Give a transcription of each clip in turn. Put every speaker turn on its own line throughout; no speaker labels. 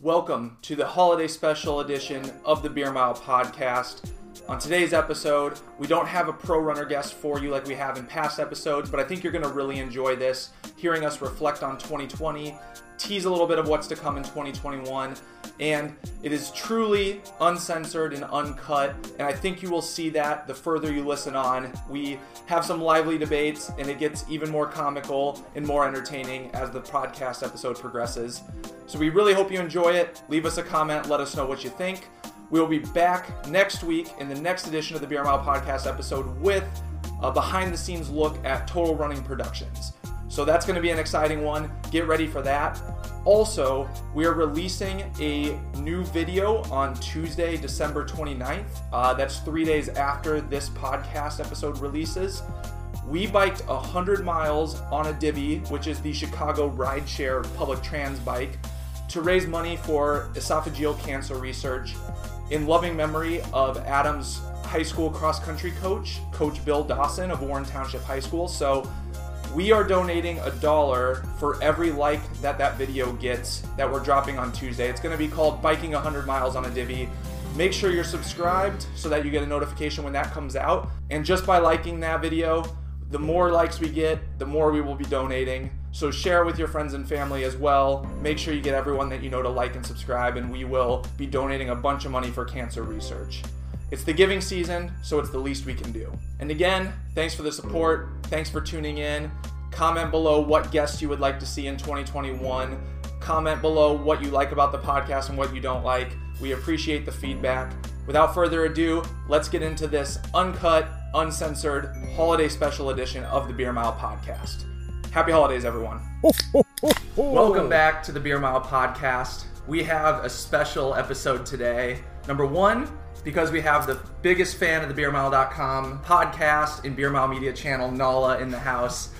Welcome to the holiday special edition of the Beer Mile podcast. On today's episode, we don't have a pro runner guest for you like we have in past episodes, but I think you're going to really enjoy this, hearing us reflect on 2020, tease a little bit of what's to come in 2021, and it is truly uncensored and uncut, and I think you will see that the further you listen on. We have some lively debates, and it gets even more comical and more entertaining as the podcast episode progresses. So we really hope you enjoy it. Leave us a comment, let us know what you think. We will be back next week in the next edition of the Beer Mile Podcast episode with a behind the scenes look at Total Running Productions. So that's going to be an exciting one. Get ready for that. Also, we are releasing a new video on Tuesday, December 29th. Uh, that's three days after this podcast episode releases. We biked 100 miles on a Divvy, which is the Chicago rideshare public trans bike to raise money for esophageal cancer research in loving memory of Adam's high school cross country coach, Coach Bill Dawson of Warren Township High School. So we are donating a dollar for every like that that video gets that we're dropping on Tuesday. It's going to be called Biking 100 Miles on a Divvy. Make sure you're subscribed so that you get a notification when that comes out. And just by liking that video, the more likes we get, the more we will be donating. So share with your friends and family as well. Make sure you get everyone that you know to like and subscribe, and we will be donating a bunch of money for cancer research. It's the giving season, so it's the least we can do. And again, thanks for the support. Thanks for tuning in. Comment below what guests you would like to see in 2021. Comment below what you like about the podcast and what you don't like. We appreciate the feedback. Without further ado, let's get into this uncut, uncensored holiday special edition of the Beer Mile podcast. Happy holidays, everyone. Welcome back to the Beer Mile podcast. We have a special episode today. Number one, because we have the biggest fan of the BeerMile.com podcast and Beer Mile Media channel, Nala, in the house.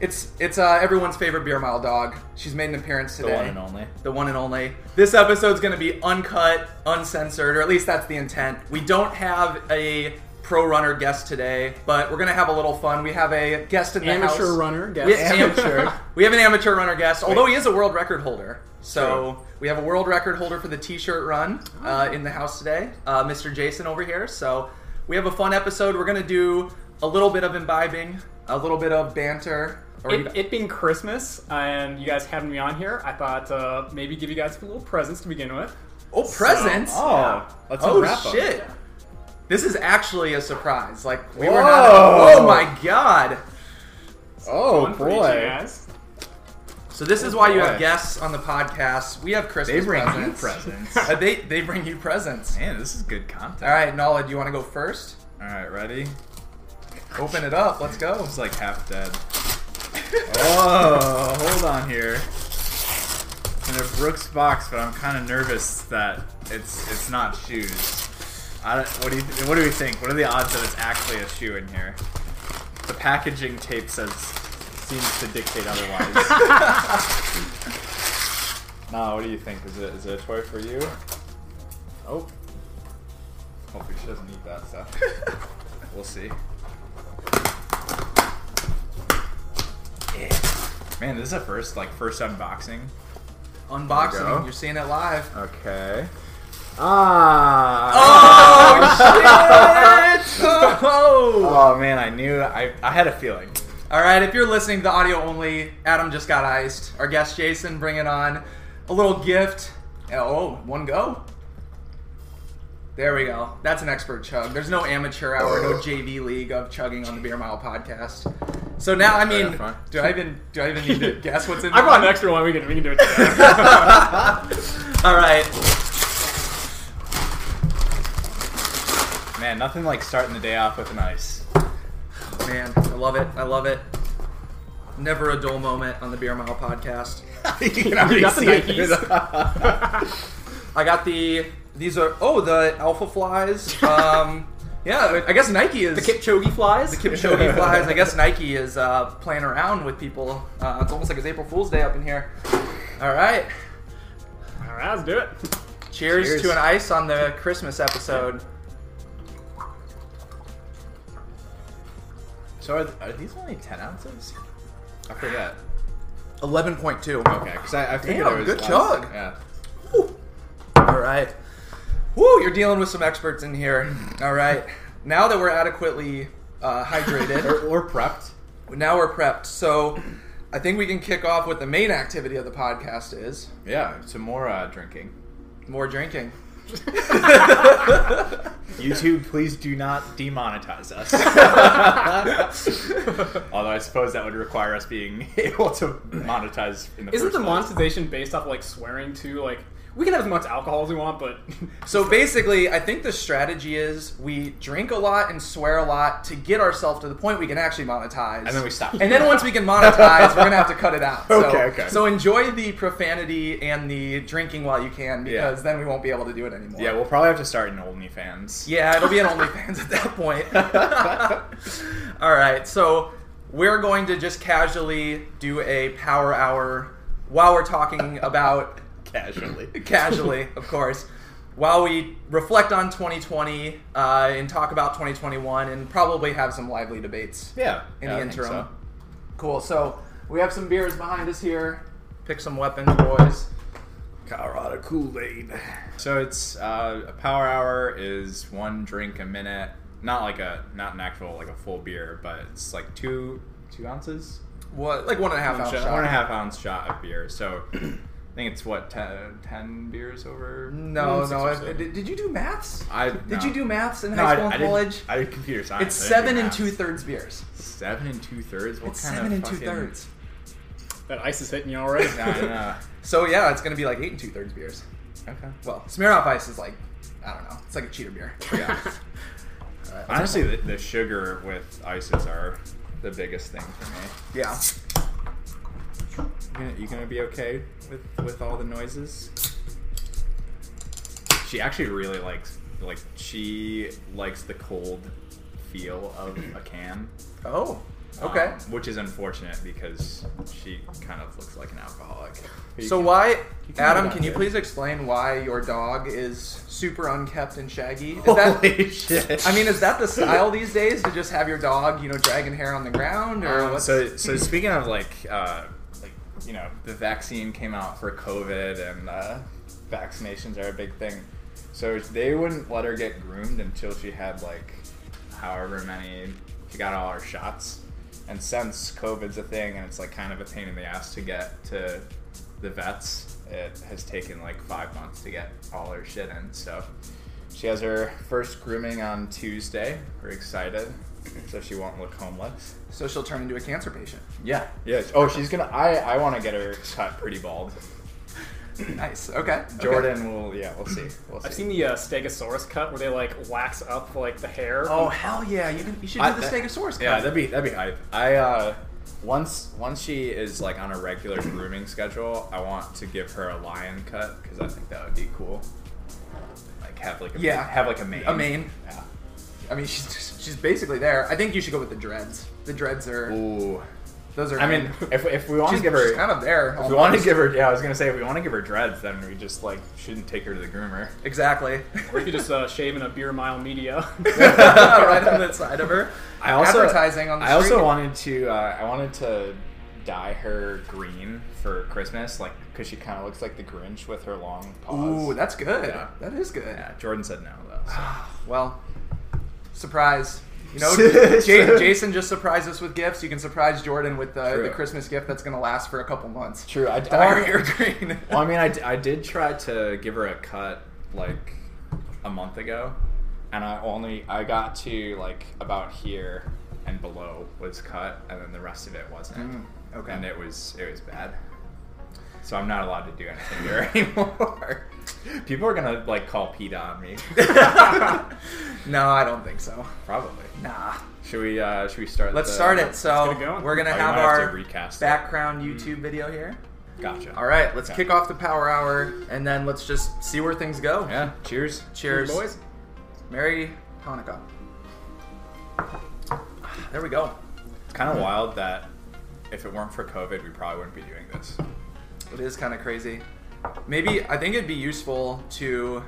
It's it's uh, everyone's favorite Beer Mile dog. She's made an appearance today.
one and only.
The one and only. This episode's going to be uncut, uncensored, or at least that's the intent. We don't have a pro runner guest today, but we're going to have a little fun. We have a guest in the house.
Amateur runner guest.
We, amateur. we have an amateur runner guest, although he is a world record holder. So we have a world record holder for the t-shirt run
Ah.
uh, in the house today, uh, Mr. Jason over here. So we have a fun episode. We're gonna do a little bit of imbibing, a little bit of banter. Or you-
It, it being Christmas and you guys having me on here, I thought uh, maybe give you guys a little presents to begin with.
oh, presents!
Oh,
Yeah.
let's
Oh,
unwrap 'em.
shit! This is actually a surprise. Like we were not.
Whoa.
Oh my god!
Oh
One for each of you
boy,
guys.
So this is why you
Oh boy.
have guests on the podcast. We have Christmas
they bring you
presents.
presents.
Uh, they they bring you presents.
Man, this is good
All
content.
right, Nala, do you want to go first?
All right, ready?
Open it up. Let's go.
It's like half dead. oh, hold on here. It's in a Brooks box, but I'm kind of nervous that it's it's not shoes. I don't, what do you What do we think? What are the odds that it's actually a shoe in here? The packaging tape says seems to dictate otherwise. nah, what do you think? Is it is it a toy for you? Oh. Hopefully she doesn't eat that stuff. we'll see. Man, this is a first, like first unboxing. There we
Unboxing.
go.
You're seeing it live.
Okay. Ah.
Oh shit! Oh!
Oh man, I knew. I I had a feeling.
All right, if you're listening to audio only, Adam just got iced. Our guest Jason, bring it on. A little gift. Oh, one go. There we go. That's an expert chug. There's no amateur hour, no JV league of chugging on the Beer Mile podcast. So now, I
Yeah,
mean,
fine.
do I even do I even need to guess what's in?
I brought an
there?
extra one. We can we can do it together.
All right.
Man, nothing like starting the day off with an ice.
Man, I love it. I love it. Never a dull moment on the Beer Mile podcast.
you can already
got the
see it.
I got the these are oh the alpha flies. Um, yeah, I guess Nike is the
Kipchoge flies.
Kipchoge flies. I guess Nike is uh, playing around with people. Uh, it's almost like it's April Fool's Day up in here. All right,
All right, let's do it.
cheers,
Cheers.
to an ice on the Christmas episode.
so are, are these only ten ounces? I forget.
Eleven point two.
Okay, because I, I figured
Damn,
it was
good
less.
chug.
Yeah.
right. Woo, you're dealing with some experts in here. All right. Now that we're adequately uh, hydrated,
or, or prepped.
now we're prepped. So I think we can kick off what the main activity of the podcast is
Yeah, some more uh, drinking.
more drinking.
YouTube, please do not demonetize us. Although I suppose that would require us being able to monetize in the
Isn't
first
the
place.
monetization based off like swearing too? Like we can have as much alcohol as we want, but
So basically, I think the strategy is we drink a lot and swear a lot to get ourselves to the point we can actually monetize.
And then we stop.
And then once we can monetize, we're gonna have to cut it out. So,
Okay, okay.
So enjoy the profanity and the drinking while you can, because then we won't be able to do it anymore.
Yeah, we'll probably have to start an OnlyFans.
Yeah, it'll be an OnlyFans at that point. All right, so we're going to just casually do a power hour while we're talking about
Casually.
casually, of course, while we reflect on 2020 uh, and talk about 2021 and probably have some lively debates
Yeah.
in
yeah, I
the
think
interim.
so.
Cool. So we have some beers behind us here. Pick some weapons, boys.
Colorado Kool Aid. So it's uh, a power hour is one drink a minute. Not like a not an actual like a full beer, but it's like two two ounces,
What? Like one and a half
One
ounce shot.
and a half ounce shot of beer. So I think it's what 10, 10 beers over.
No,
six
no.
or
if-
seven.
did, did you do maths?
I
Did you do maths in
no,
high school
I,
and
I
college?
Did, I did computer science.
It's
I didn't do
seven and
math.
two thirds beers.
Seven and two thirds. What
It's
kind
seven
of
and two
fucking...
thirds.
that ice is hitting you already.
Nah, I know.
So yeah, it's gonna be like eight and two thirds beers.
Okay.
Well, Smirnoff Ice is like, I don't know. It's like a cheater beer.
Yeah. Honestly, the, the sugar with ices are the biggest thing for me.
Yeah.
You gonna, you gonna be okay with with all the noises? She actually really likes like she likes the cold feel of a can.
Oh.
um,
Okay.
which is unfortunate because she kind of looks like an alcoholic. You
So
can-
why,
can
Adam?
do that,
Can you
dude.
please explain why your dog is super unkept and shaggy? Is that?
Holy shit!
I mean, is that the style these days to just have your dog, you know, dragging hair on the ground or
Um,
what's?
so, so speaking of like, uh, like you know, the vaccine came out for COVID, and uh, vaccinations are a big thing. So they wouldn't let her get groomed until she had like, however many, she got all her shots. And since COVID's a thing, and it's like kind of a pain in the ass to get to the vets, it has taken like five months to get all her shit in. So she has her first grooming on Tuesday. We're excited, so she won't look homeless.
So she'll turn into a cancer patient.
Yeah. Yeah. Oh, she's gonna. I I want to get her cut pretty bald.
Nice. Okay. okay.
Jordan will. Yeah, we'll see. We'll see.
I've seen the uh, Stegosaurus cut where they like wax up like the hair.
Oh hell yeah! You can, you should do
I-
the
that-
Stegosaurus.
Yeah,
cut.
that'd be that'd be hype. I uh, once once she is like on a regular grooming schedule, I want to give her a lion cut because I think that would be cool. Like have like a
Yeah.
have like a mane.
A mane.
Yeah.
I mean, she's she's basically there. I think you should go with the dreads. The dreads are
Ooh.
those are.
I mean, if, if we want
she's,
to give her,
she's kind of there.
if we want to
almost.
give her, yeah, I was gonna say if we want to give her dreads, then we just like shouldn't take her to the groomer.
exactly
Or you could just uh, shave in a beer mile media.
right on the side of her.
I also
advertising on the
I also
street.
wanted to uh, I wanted to dye her green for Christmas, like because she kind of looks like the Grinch with her long paws.
Ooh, that's good.
Yeah.
That is good.
yeah. Jordan said no though. so.
Well, surprise. You know, Ja- Jason just surprised us with gifts. You can surprise Jordan with the,
True.
the Christmas gift that's going to last for a couple months.
True. I,
Darn,
I,
you're green.
well, I mean, I, d- I did try to give her a cut like a month ago, and I only I got to like about here and below was cut, and then the rest of it wasn't.
Mm, okay.
And it was it was bad. So I'm not allowed to do anything to her anymore. People are gonna like call PETA on me.
no, I don't think so.
Probably.
Nah.
Should we uh should we start?
Let's
the-
start it. So
get it going.
we're going
Oh,
to
we
have
might
our
to recast it.
background YouTube video here.
Gotcha.
All right, let's
Okay.
kick off the power hour and then let's just see where things go.
Yeah. Cheers.
Cheers.
boys.
Merry Hanukkah. There we go.
It's kind of wild that if it weren't for COVID, we probably wouldn't be doing this.
It is kind of crazy. Maybe I think it'd be useful to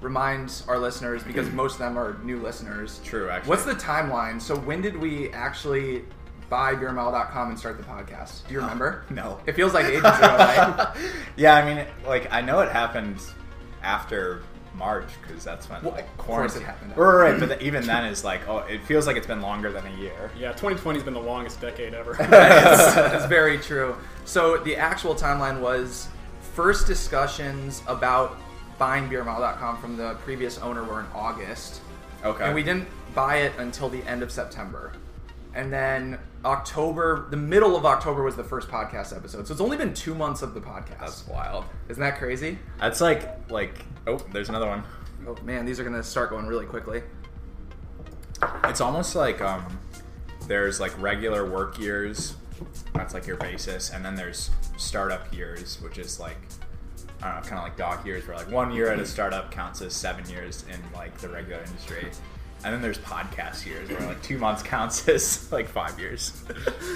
remind our listeners because most of them are new listeners.
True, actually.
What's the timeline? So when did we actually buy beermile.com and start the podcast? Do you remember?
Oh, no.
It feels like ages ago, right?
yeah, I mean, like I know it happened after March because that's when
Well,
like,
quarantine
quarantine happened.
happened.
Right, right, but th- even then is like, oh, it feels like it's been longer than a year.
Yeah, 2020 has been the longest decade ever.
It's
Yes.
it's very true. So the actual timeline was first discussions about buying beermile.com from the previous owner were in August.
Okay.
And we didn't buy it until the end of September. And then October, the middle of October was the first podcast episode. So it's only been two months of the podcast.
That's wild.
Isn't that crazy?
That's like like oh, there's another one.
Oh man, these are gonna start going really quickly.
It's almost like um, there's like regular work years, that's like your basis, and then there's startup years, which is like I don't know, kind of like dog years, where like one year at a startup counts as seven years in like the regular industry, and then there's podcast years, where like two months counts as like five years.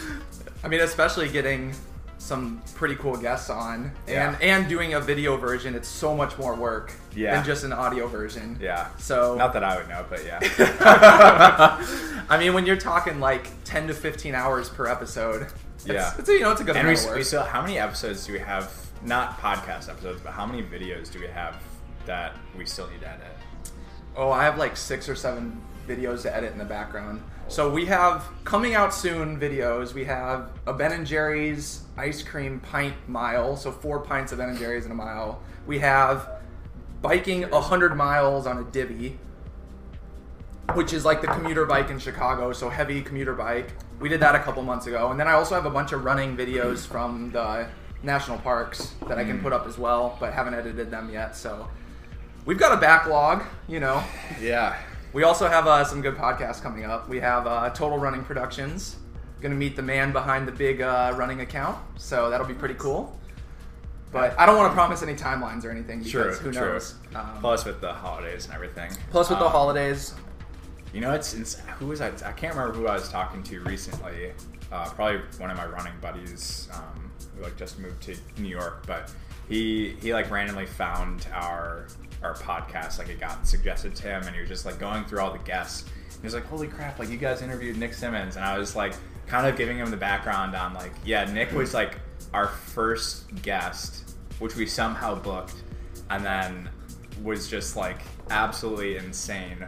I mean, especially getting some pretty cool guests on
Yeah.
and and doing a video version. It's so much more work
Yeah.
than just an audio version.
yeah.
So
Not that I would know, but yeah.
I mean, when you're talking like 10 to 15 hours per episode, it's,
Yeah.
it's, you know, it's a good
and we,
amount of work.
we still how many episodes do we have? Not podcast episodes, but how many videos do we have that we still need to edit?
Oh, I have like six or seven videos to edit in the background. So we have coming out soon videos. We have a Ben and Jerry's ice cream pint mile, so four pints of Ben and Jerry's in a mile. We have biking hundred miles on a divvy, which is like the commuter bike in Chicago, so heavy commuter bike. We did that a couple months ago, and then I also have a bunch of running videos from the national parks that I can put up as well, but haven't edited them yet. So we've got a backlog, you know.
Yeah.
We also have uh, some good podcasts coming up. We have uh, Total Running Productions. Going to meet the man behind the big uh, running account, so that'll be pretty cool. But I don't want to promise any timelines or anything because
Sure,
who
sure.
knows. Um,
Plus with the holidays and everything.
plus with the
Um,
holidays,
You know, it's, it's who was I? I can't remember who I was talking to recently. Uh, probably one of my running buddies um, who like just moved to New York, but he he like randomly found our our podcast. Like it got suggested to him, and he was just like going through all the guests. And he was like, "Holy crap! Like you guys interviewed Nick Simmons," and I was like, kind of giving him the background on like, yeah, Nick was like our first guest, which we somehow booked, and then was just like absolutely insane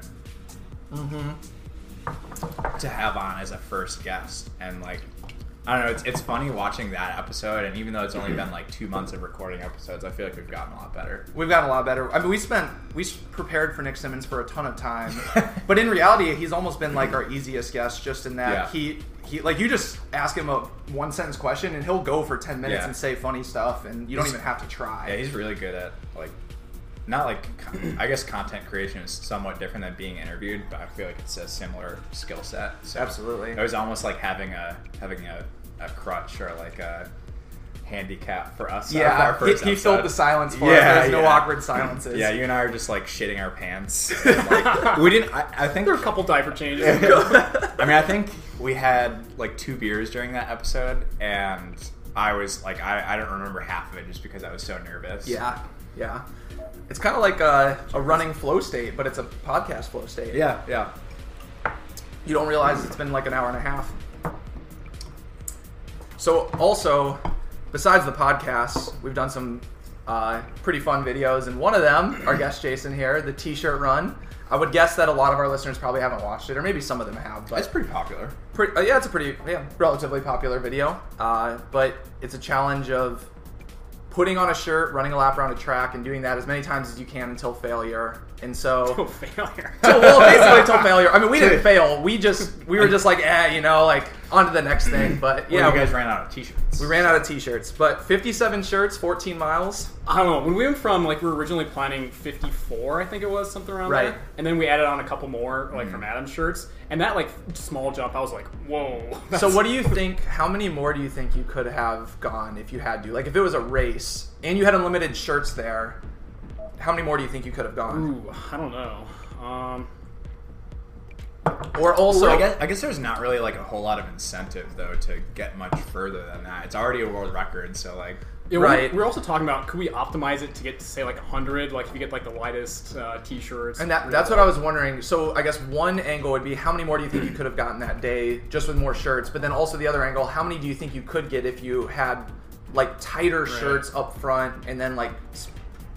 to have on as a first guest and like I don't know, it's, it's funny watching that episode and even though it's only been like two months of recording episodes, I feel like we've gotten a lot better.
we've gotten a lot better. I mean, we spent we s- prepared for Nick Simmons for a ton of time, but in reality, he's almost been like our easiest guest. Just in that
Yeah.
he he like you just ask him a one sentence question and he'll go for ten minutes
Yeah.
and say funny stuff, and you don't
He's-
even have to try.
Yeah, he's really good at like not like con- I guess content creation is somewhat different than being interviewed, but I feel like it's a similar skill set. So
Absolutely.
It was almost like having a having a, a crutch or like a handicap for us.
Yeah,
our first
he, he filled
episode.
the silence for
Yeah,
us. There's no
yeah.
awkward silences.
Yeah, you and I are just like shitting our pants. And, like, we didn't. I, I think
there are a couple diaper changes.
I mean, I think we had like two beers during that episode, and I was like, I, I don't remember half of it just because I was so nervous.
yeah, yeah. It's kind of like a, a running flow state, but it's a podcast flow state.
Yeah, yeah.
You don't realize it's been like an hour and a half. So, also, besides the podcasts, we've done some uh, pretty fun videos, and one of them, our guest Jason here, the T-shirt run. I would guess that a lot of our listeners probably haven't watched it, or maybe some of them have. But
It's pretty popular.
pretty, uh, yeah, it's a pretty, yeah, relatively popular video. Uh, but it's a challenge of putting on a shirt, running a lap around a track, and doing that as many times as you can until failure. And
Oh,
so,
failure.
so well, basically until failure. I mean, we didn't fail. We just we were just like, eh, you know, like on to the next thing. But
Well,
yeah,
you guys ran out of t-shirts.
we ran out of t-shirts. But 57 shirts, 14 miles.
I don't know. When we went from like we were originally planning 54, I think it was something around
Right. Mm-hmm.
there, and then we added on a couple more like from Adam's shirts, and that like small jump, I was like, whoa.
So what do you think? How many more do you think you could have gone if you had to? Like if it was a race and you had unlimited shirts there, how many more do you think you could have gone?
Ooh, I don't know. Um,
Or also,
So I guess I guess there's not really like a whole lot of incentive though to get much further than that. It's already a world record, so like
yeah,
Right.
We, are also talking about could we optimize it to get to say like 100? Like if you get like the lightest uh, t-shirts.
and that, that's what I was wondering. So I guess one angle would be how many more do you think you could have gotten that day just with more shirts? But then also the other angle, how many do you think you could get if you had like tighter shirts up front and then like s-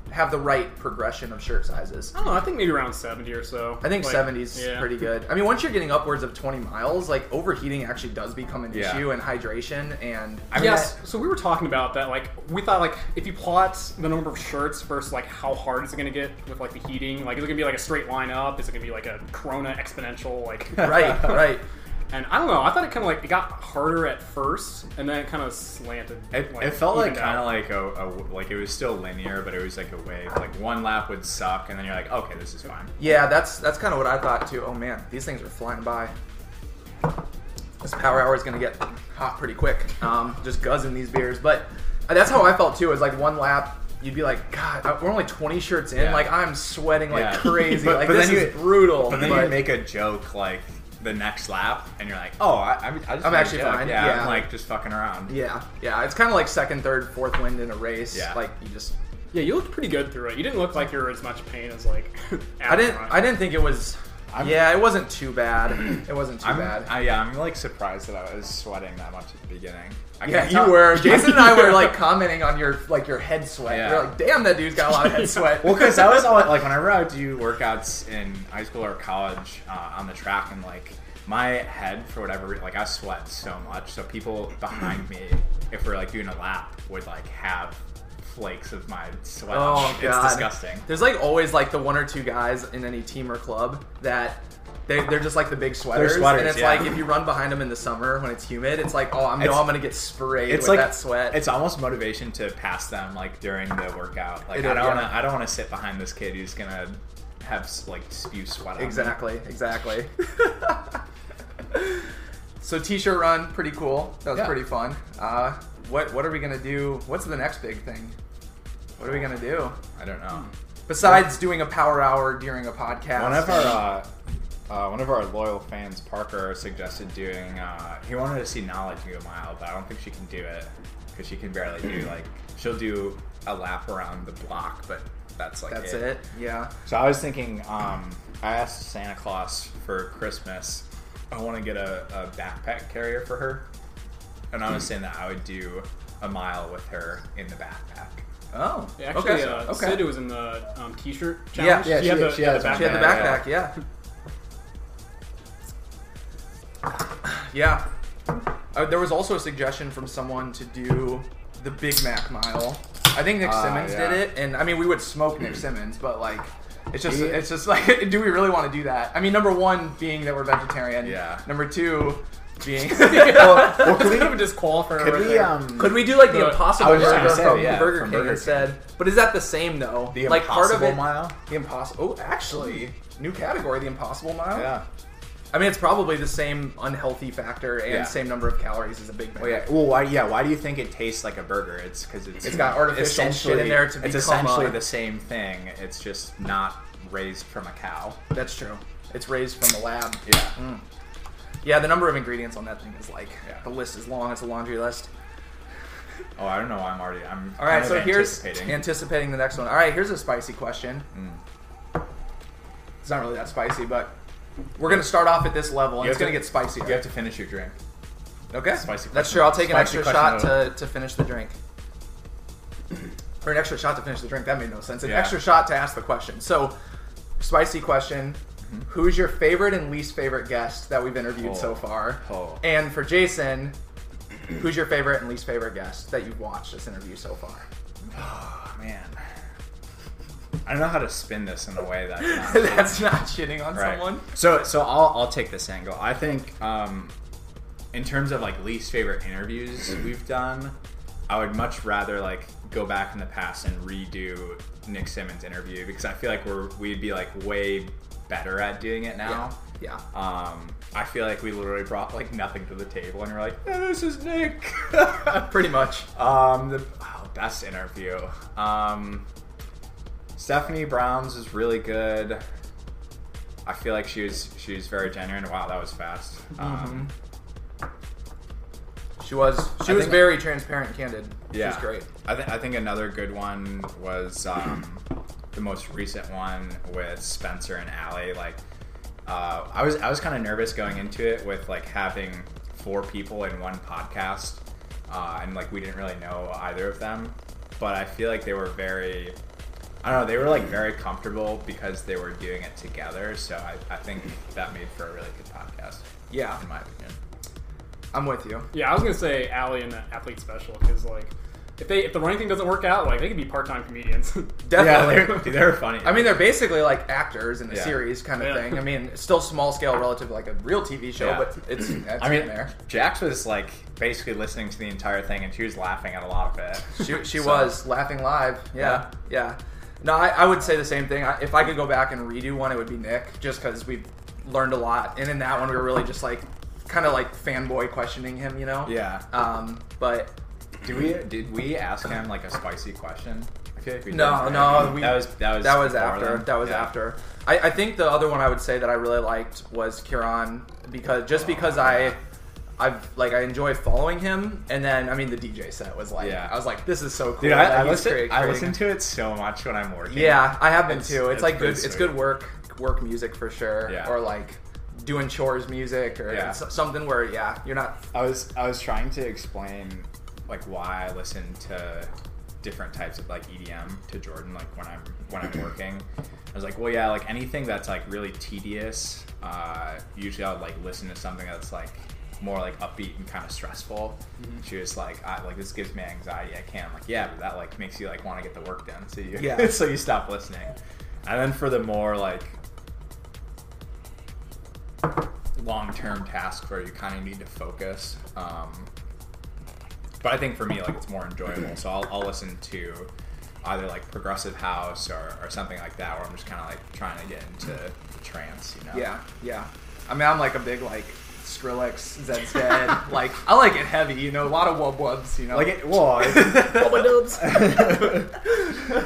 have the right progression of shirt sizes.
I don't know. I think maybe around seventy or so.
I think
Like,
70s
yeah.
pretty good. I mean, once you're getting upwards of 20 miles, like overheating actually does become an
Yeah.
issue, and hydration, and
I mean,
yes. So we were talking about that. Like we thought, like if you plot the number of shirts versus like how hard is it going to get with like the heating? Like is it going to be like a straight line up? Is it going to be like a Corona exponential? Like
right, right.
And I don't know. I thought it kind of like it got harder at first, and then it kind of slanted.
It, it felt like
evened
kind of
out.
like a, a- like it was still linear, but it was like a wave. Like one lap would suck, and then you're like, okay, this is fine.
Yeah, that's that's kind of what I thought too. Oh man, these things are flying by. This power hour is gonna get hot pretty quick. Um, just guzzing these beers, but uh, that's how I felt too. Is like one lap, you'd be like, God, I- we're only 20 shirts in.
Yeah.
Like I'm sweating like
Yeah.
crazy.
But-
like
but
this
then
is
you-
brutal.
But then you make a joke like the next lap, and you're like, oh, I, I'm, I just
I'm
made a
actually
joke.
fine,
Yeah,
yeah.
I'm like just fucking around.
yeah, yeah. It's kind of like second, third, fourth wind in a race.
Yeah.
Like you just
yeah, you looked pretty good through it. You didn't look like you were as much pain as like.
I didn't. I didn't think it was.
I'm-
yeah, it wasn't too bad. It wasn't too
I'm,
bad.
I, yeah, I'm like surprised that I was sweating that much at the beginning. I
yeah,
can't
you
tell-
were. Jason and I were like commenting on your like your head sweat.
Yeah.
We were like, "Damn, that dude's got a lot of head sweat."
Well, because that was all like whenever I would do workouts in high school or college uh, on the track, and like my head for whatever re- like I sweat so much, so people behind me, if we're like doing a lap, would like have flakes of my sweat.
oh
it's
god,
disgusting.
There's like always like the one or two guys in any team or club that. They, they're just like the big sweaters,
sweaters,
and it's
yeah.
like if you run behind them in the summer when it's humid, it's like oh I know
It's-
I'm gonna get sprayed
It's
with
like
that sweat.
It's almost motivation to pass them like during the workout. Like
It
I
is,
don't
yeah.
want to. I don't want to sit behind this kid who's gonna have s- like spew sweat. on me.
Exactly, exactly. so t-shirt run, pretty cool. That was
Yeah.
pretty fun. Uh, what what are we gonna do? What's the next big thing? What are we gonna do
I don't know.
Hmm. besides doing a power hour during a podcast?
One of our uh, uh, one of our loyal fans, Parker, suggested doing. Uh, he wanted to see Nala do a mile, but I don't think she can do it because she can barely do like she'll do a lap around the block, but that's like
That's it. Yeah.
So I was thinking. Um, I asked Santa Claus for Christmas. I want to get a, a backpack carrier for her, and I was
Hmm.
saying that I would do a mile with her in the backpack.
Oh.
Yeah, actually,
okay.
uh,
okay.
Sid was in the um, t-shirt
Yeah,
challenge.
yeah,
had
she-
the,
she had
the
it.
backpack.
she had the
Yeah,
backpack. Yeah. Yeah. Uh, there was also a suggestion from someone to do the Big Mac mile. I think Nick
Ah,
Simmons
yeah.
did it, and I mean we would smoke Nick Simmons, but like it's just
He-
it's just like do we really want to do that? I mean number one being that we're vegetarian.
Yeah.
Number two being
well, well,
It's
could we,
kind of a disqualifier.
could
right
we,
there.
um,
could we do like the,
The-
Impossible
I was just
Burger
gonna say,
from,
yeah,
Burger
from
King
Burger King.
instead? But is that the same though?
the
like part of
impossible
it,
mile?
the impossible. Oh, actually, new category, the impossible mile.
Yeah.
I mean, it's probably the same unhealthy factor and
Yeah.
same number of calories as a Big Mac.
Well, Oh, yeah. Well, why? Yeah. Why do you think it tastes like a burger? It's because it's
It's got artificial shit
essentially-
in there to
It's
become
essentially
a-
the same thing. It's just not raised from a cow. Hmm.
That's true. It's raised from the lab.
Yeah.
Yeah, the number of ingredients on that thing is like
Yeah.
the list is long. It's a laundry list.
Oh, I don't know. why I'm already. I'm.
All right,
kind
so
of
here's
anticipating.
anticipating. the next one. All right, here's a spicy question.
Mm.
It's not really that spicy, but we're gonna start off at this level, and
You
it's
have
gonna
to-
get spicier.
you have to finish your drink.
Okay.
Spicy
That's
question.
true. I'll take an
Spicy
extra shot
question
to, to finish the drink. Or an extra shot to finish the drink. That made no sense. An
Yeah.
extra shot to ask the question. So, spicy question. Who's your favorite and least favorite guest that we've interviewed
Mm-hmm. Oh.
so far?
Oh.
And for Jason, who's your favorite and least favorite guest that you've watched this interview so far?
Oh man. I don't know how to spin this in a way that's not
That's not shitting on someone.
So so I'll I'll take this angle. I think um, in terms of like least favorite interviews we've done, I would much rather like go back in the past and redo Nick Simmons interview because I feel like we're we'd be like way better at doing it now.
Yeah.
Um, I feel like we literally brought like nothing to the table, and we're like, "Yeah, "This is Nick."
Pretty much.
Um, the oh, best interview. Um, Stephanie Brown's is really good. I feel like she was she was very genuine. Wow, that was fast. Um,
She was she
I
was
think-
very transparent and candid.
Yeah,
She was great.
I think I think another good one was um, the most recent one with Spencer and Allie. Like, uh, I was I was kind of nervous going into it with like having four people in one podcast, uh, and like we didn't really know either of them, but I feel like they were very. I- I don't know. They were like very comfortable because they were doing it together. So I, I think that made for a really good podcast,
Yeah,
in my opinion.
I'm with you.
Yeah, I was gonna say Allie and the athlete special because like if they if the running thing doesn't work out, like they could be part time comedians.
Definitely.
Yeah, they're, dude, they're funny.
I mean, they're basically like actors in a
Yeah.
series kind of
Yeah.
thing. I mean, it's still small scale relative to like a real TV show,
Yeah.
but it's that's
I mean,
in there.
Jax was like basically listening to the entire thing, and she was laughing at a lot of it.
She, she
So-
was laughing live. Yeah, yeah. No, I, I would say the same thing. I, if I could go back and redo one, it would be Nick, just because we've learned a lot. And in that one, we were really just like kind of like fanboy questioning him, you know?
Yeah.
Um, but
Did we did we ask him like a spicy question? I feel like we
no,
did.
no, we,
that was that was
that was
before
after.
then.
That was
Yeah.
after. I, I think the other one I would say that I really liked was Kiran because just because I. I've like I enjoy following him, and then I mean the DJ set was like
Yeah.
I was like this is so cool.
Dude, I,
that
I,
he's
listen,
create-
I
creating
listen to it so much when I'm working.
Yeah, I have been
It's-
too. It's,
it's
like
pretty
good. It's
sweet.
good work, work music for sure.
Yeah.
Or like doing chores music or
Yeah.
s- something where yeah, you're not.
I was I was trying to explain like why I listen to different types of like EDM to Jordan like when I'm when I'm working. I was like, well, yeah, like anything that's like really tedious. Uh, usually, I would like listen to something that's like more like upbeat and kind of stressful. She was like, I, like this gives me anxiety. I can't. I'm like, yeah, but that like makes you like want to get the work done. So you
Yeah.
so you stop listening. And then for the more like long-term task where you kind of need to focus. Um, but I think for me, like it's more enjoyable. So I'll, I'll listen to either like progressive house or, or something like that, where I'm just kind of like trying to get into the trance, you know?
Yeah, yeah. I mean, I'm like a big like Skrillex, Zed's dead. like I like it heavy. You know, a lot of wub wubs. You know,
Like it, well, it's-
wubba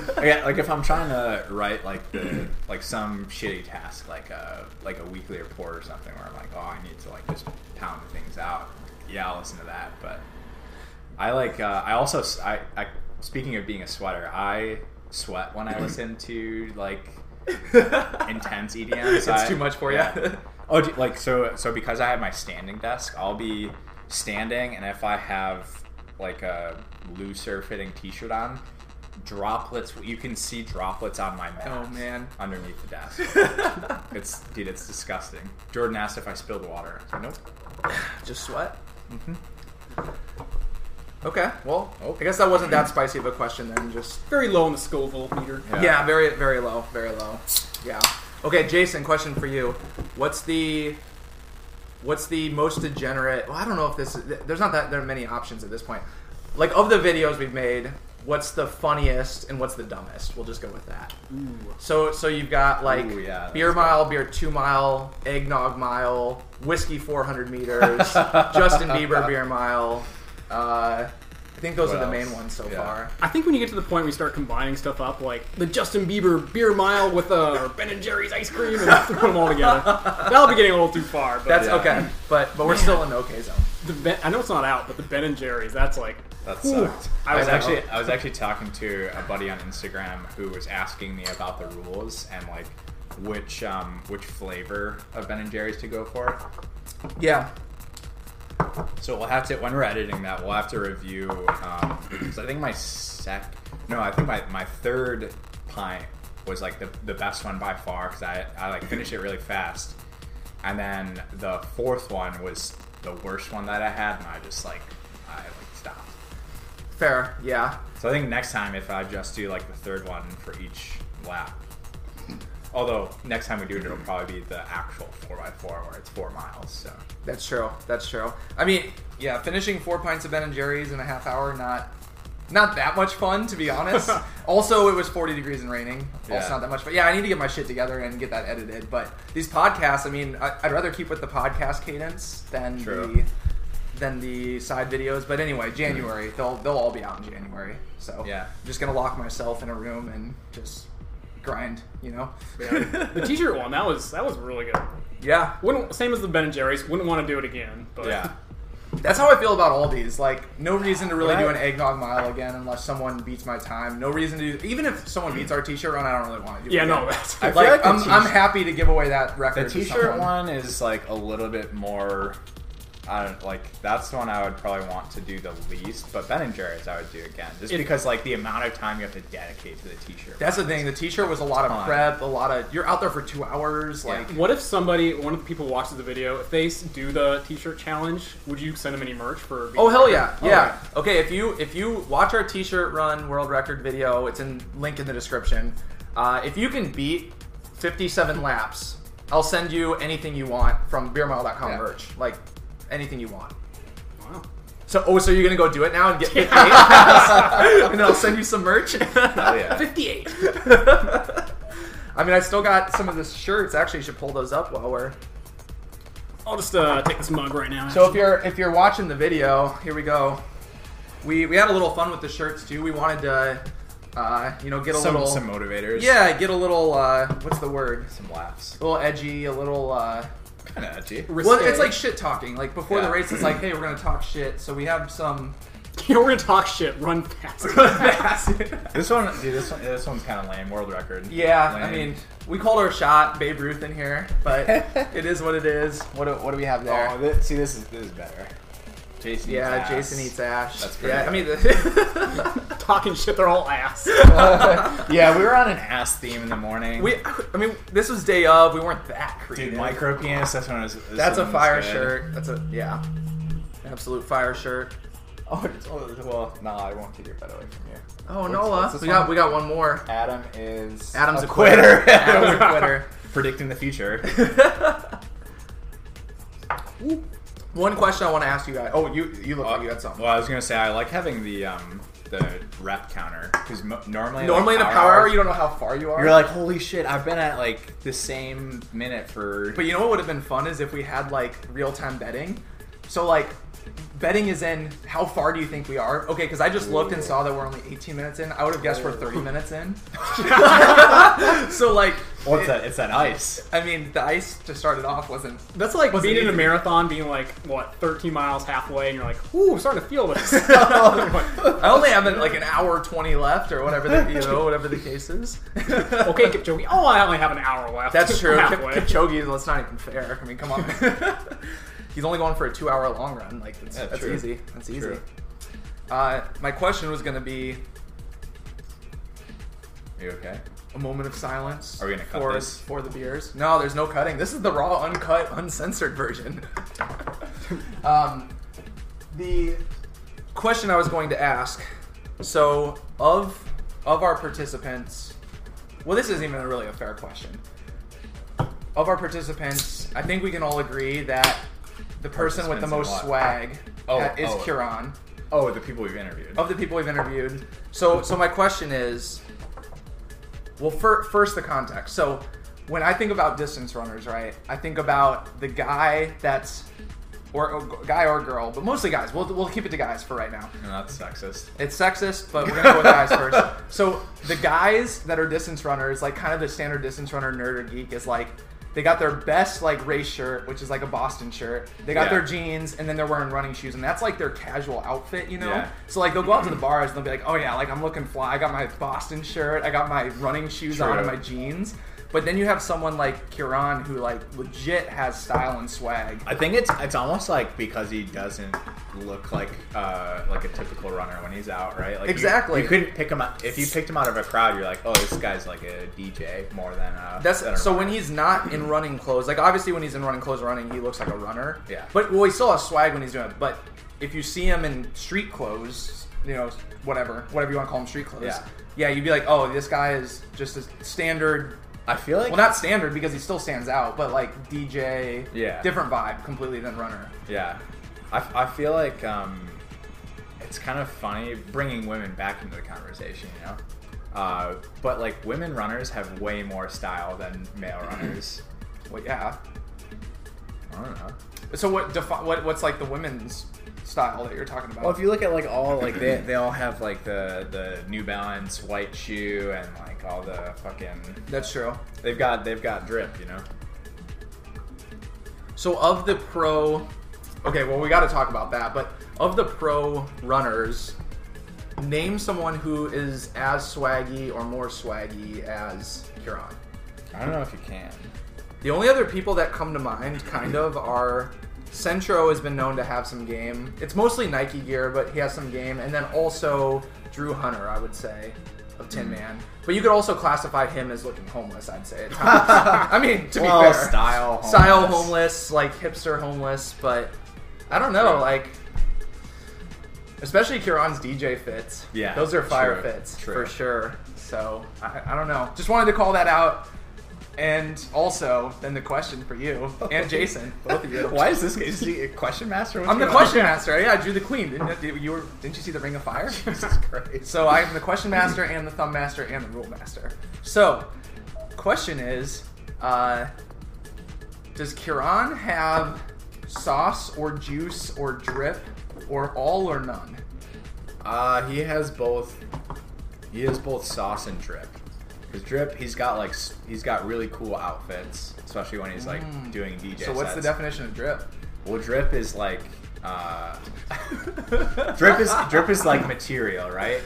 dubs.
yeah, like if I'm trying to write like the like some shitty task, like a like a weekly report or something, where I'm like, oh, I need to like just pound things out. Yeah, I'll listen to that. But I like uh, I also s- I, I speaking of being a sweater, I sweat when I listen to like intense EDM.
It's
so I-
too much for ya.
yeah. Oh, do- like so so because I have my standing desk, I'll be standing, and if I have like a looser fitting T-shirt on, droplets you can see droplets on my mask.
Oh, man.
underneath the desk. it's dude, it's disgusting. Jordan asked if I spilled water. I said, nope.
Just sweat. Mm-hmm. Okay. Well, I guess that wasn't that spicy of a question then. Just
Very low on the Scoville meter.
Yeah.
Yeah, very very low, very low. Yeah. Okay, Jason, question for you. What's the what's the most degenerate? Well, I don't know if this is, there's not that there are many options at this point. Like of the videos we've made, what's the funniest and what's the dumbest? We'll just go with that. So so you've got like
Ooh, yeah, that's
beer
good.
mile, beer 2 mile, eggnog mile, whiskey 400 meters, Justin Bieber beer mile. Uh I think those
What
are the
else?
main ones so
Yeah.
far.
I think when you get to the point where you start combining stuff up, like the Justin Bieber beer mile with uh, Ben and Jerry's ice cream, and throw them all together, that'll be getting a little too far. But
That's
Yeah.
okay, but but we're still in the okay zone.
the ben, I know it's not out, but the Ben and Jerry's, that's like
That
Ooh.
sucked.
I
I was
know.
actually I was actually talking to a buddy on Instagram who was asking me about the rules and like which um which flavor of Ben and Jerry's to go for.
Yeah,
So we'll have to when we're editing that we'll have to review. Um, 'cause I think my sec no I think my my third pint was like the the best one by far because I I like finished it really fast, and then the fourth one was the worst one that I had and I just like I like stopped.
fair. Yeah,
So I think next time if I just do like the third one for each lap. Although next time we do it, it'll probably be the actual four x four where it's four miles. So
that's true. That's true. I mean, yeah, finishing four pints of Ben and Jerry's in a half hour, not not that much fun to be honest. also, it was 40 degrees and raining. Also,
Yeah.
not that much. But yeah, I need to get my shit together and get that edited. But these podcasts, I mean, I, I'd rather keep with the podcast cadence than
True. Mm.
the than the side videos. But anyway, January they'll they'll all be out in January. So
Yeah.
I'm just gonna lock myself in a room and just grind. You know.
yeah. the T-shirt one that was that was really good.
Yeah,
Wouldn't same as the Ben and Jerry's. Wouldn't want to do it again. But
yeah.
That's how I feel about all these. Like, no reason to really
Right.
do an eggnog mile again unless someone beats my time. No reason to do, even if someone beats our t-shirt run, I don't really want to do
yeah,
it.
no,
again.
that's
I feel
Like,
like the
I'm, I'm
t-shirt-
happy to give away that record.
The
to
t-shirt
someone.
one is like a little bit more I don't like that's the one I would probably want to do the least, but Ben and Jerry's I would do again, just
It-
because like the amount of time you have to dedicate to the T-shirt.
That's the thing. The t-shirt was a lot of
Ton.
prep, a lot of you're out there for two hours.
Yeah.
Like
What if somebody, one of the people who watches the video, if they s- do the T-shirt challenge, would you send them any merch for? being-
Oh hell yeah,
Oh,
yeah. Okay, if you if you watch our T-shirt run world record video, it's in link in the description. Uh, if you can beat 57 laps, I'll send you anything you want from beermile.com
Yeah.
merch, like anything you want.
Wow.
So oh, so you're gonna go do it now and get 58, and then I'll send you some merch.
Hell yeah.
Fifty-eight.
I mean, I still got some of the shirts. Actually, you should pull those up while we're.
I'll just uh, take this mug right now.
So if you're if you're watching the video, here we go. We we had a little fun with the shirts too. We wanted to, uh, you know, get a
Some
little
some motivators.
Yeah, get a little uh, what's the word?
Some laughs.
A little edgy, a little. Uh,
Kind of edgy.
Risque.
well, it's like shit talking. Like before the
Yeah.
race, it's like, hey, we're gonna talk shit. So we have some.
you're gonna talk shit. Run fast.
This one, dude, this one, this one's kind of lame. World record.
yeah, I
Lame.
mean, we called our shot, Babe Ruth in here, but it is what it is. What do, what do we have there?
Oh, thi- see, this is this is better. Jason.
yeah,
eats ass.
Jason eats ash.
That's pretty
yeah. I
good.
mean, the
Talking shit. They're all ass.
yeah, we were on an ass theme in the morning.
we. I mean, this was day of. We weren't that creative.
dude, micro penis. That's one. Is, this
That's a
one was
fire
good.
shirt. That's a yeah, absolute fire shirt.
Oh, it's- oh, well, no, I won't take your bet away from you.
Oh
What's-
Noah,
what's this
we got
one?
we got one more.
Adam is
Adam's a quitter. Adam's a quitter.
predicting the future.
One question I want to ask you guys. Oh, you you look like you had something.
Well, I was gonna say I like having the um the rep counter because mo- normally
Normally in
like,
a power hour, you don't know how far you are.
you're like holy shit I've been at like the same minute for
but you know what would have been fun is if we had like real time betting. So like, betting is in how far do you think we are? Okay, because I just looked and saw that we're only 18 minutes in. I would have guessed we're 30 minutes in. so like,
what's
it-
that it's that ice
I mean, the ice to start it off wasn't.
That's like
Was it
being in a
easy?
marathon, being like what, 13 miles halfway, and you're like, ooh, I'm starting to feel this.
I only have like an hour 20 left or whatever the you know whatever the case is.
okay, Kipchoge. Oh, I only have an hour left.
That's true. Kip-
Halfway.
Kipchoge, that's not even fair. I mean, come on. He's only going for a two-hour long run. Like that's,
Yeah,
that's
true.
easy. That's easy.
True.
Uh, my question was going to be
are you okay
a moment of silence.
Are we gonna cut
for,
this?
for the beers? No, there's no cutting. This is the raw, uncut, uncensored version. um, the question I was going to ask. So, of of our participants, well, this isn't even really a fair question. Of our participants, I think we can all agree that the person with the
Participants in
most
what?
swag
Oh,
ha- is
oh.
Kiran
oh the people we've interviewed
of the people we've interviewed. So, so my question is, well, fir- first the context. So, when I think about distance runners, right, I think about the guy that's or, or guy or girl, but mostly guys. We'll we'll keep it to guys for right now.
no, that's sexist
It's sexist, but we're gonna go with guys first. So the guys that are distance runners, like kind of the standard distance runner nerd or geek, is like they got their best like race shirt, which is like a Boston shirt. They got
Yeah.
their jeans, and then they're wearing running shoes, and that's like their casual outfit, you know.
Yeah.
So like they'll go out to the bars and they'll be like, oh yeah, like I'm looking fly. I got my Boston shirt, I got my running shoes on, and
True.
my jeans. But then you have someone like Kiran who like legit has style and swag.
I think it's it's almost like because he doesn't look like uh, like a typical runner when he's out, right? Like you-
Exactly.
You, couldn't pick him out if you picked him out of a crowd. You're like, oh, this guy's like a DJ more than a. than a
That's so
runner.
when he's not in running clothes, like obviously when he's in running clothes running, he looks like a runner.
Yeah.
But well, he still has swag when he's doing it. But if you see him in street clothes, you know, whatever, whatever you want to call him, street clothes.
Yeah.
Yeah, you'd be like, oh, this guy is just a standard.
I feel like
Well, not standard because he still stands out, but like DJ.
Yeah.
Different vibe completely than runner.
yeah, I, I feel like um, it's kind of funny bringing women back into the conversation, you know. Uh, but like women runners have way more style than male runners.
Well, yeah.
I don't know.
So what? Defi- what? What's like the women's style that you're talking about?
Well, if you look at like all like they, they all have like the the New Balance white shoe and like all the fucking
That's true.
they've got they've got drip, you know.
So of the pro, okay, well we got to talk about that. But of the pro runners, name someone who is as swaggy or more swaggy as Huron.
I don't know if you can.
The only other people that come to mind, kind of, are Centro has been known to have some game. It's mostly Nike gear, but he has some game. And then also Drew Hunter, I would say, of Tin Man. But you could also classify him as looking homeless, I'd say. At times. I mean, to
well,
be fair.
style, homeless.
Style homeless, like hipster homeless, but I don't know, like. Especially Kiran's DJ fits.
Yeah,
Those are fire
true,
fits
true.
for sure. So I, I don't know. Just wanted to call that out. And also, then the question for you and Jason,
Oh,
both of you.
Why is this is he a question master? What's
I'm the
going on?
question master. Yeah, I drew the queen. Didn't you, you were, didn't you see the ring of fire?
Jesus Christ.
So I'm the question master and the thumb master and the rule master. So, question is, uh, does Kiran have sauce or juice or drip or all or none?
Uh, he has both. He has both sauce and drip. His drip, he's got like s- he's got really cool outfits, especially when he's like doing DJ.
Mm. so what's the
sets.
definition of drip?
Well, drip is like uh, drip is drip is like material, right?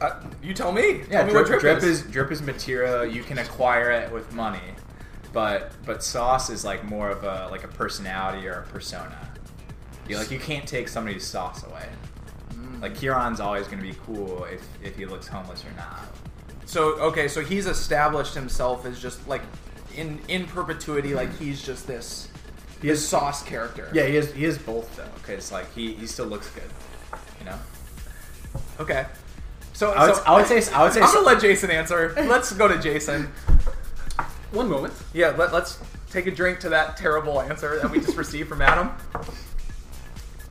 Uh, you tell me. tell
Yeah,
me
drip,
what drip,
is. drip is material. You can acquire it with money, but but sauce is like more of a like a personality or a persona. You like you can't take somebody's sauce away. Like Kieran's always gonna be cool if if he looks homeless or not.
So okay, so he's established himself as just like in in perpetuity, like he's just this
He
this
is-
sauce character.
Yeah, he is he is both though, because like he he still looks good. You know.
Okay. So
I would,
so
I would say I would say
I'm gonna let Jason answer. Let's go to Jason.
One moment.
Yeah, let, let's take a drink to that terrible answer that we just received from Adam.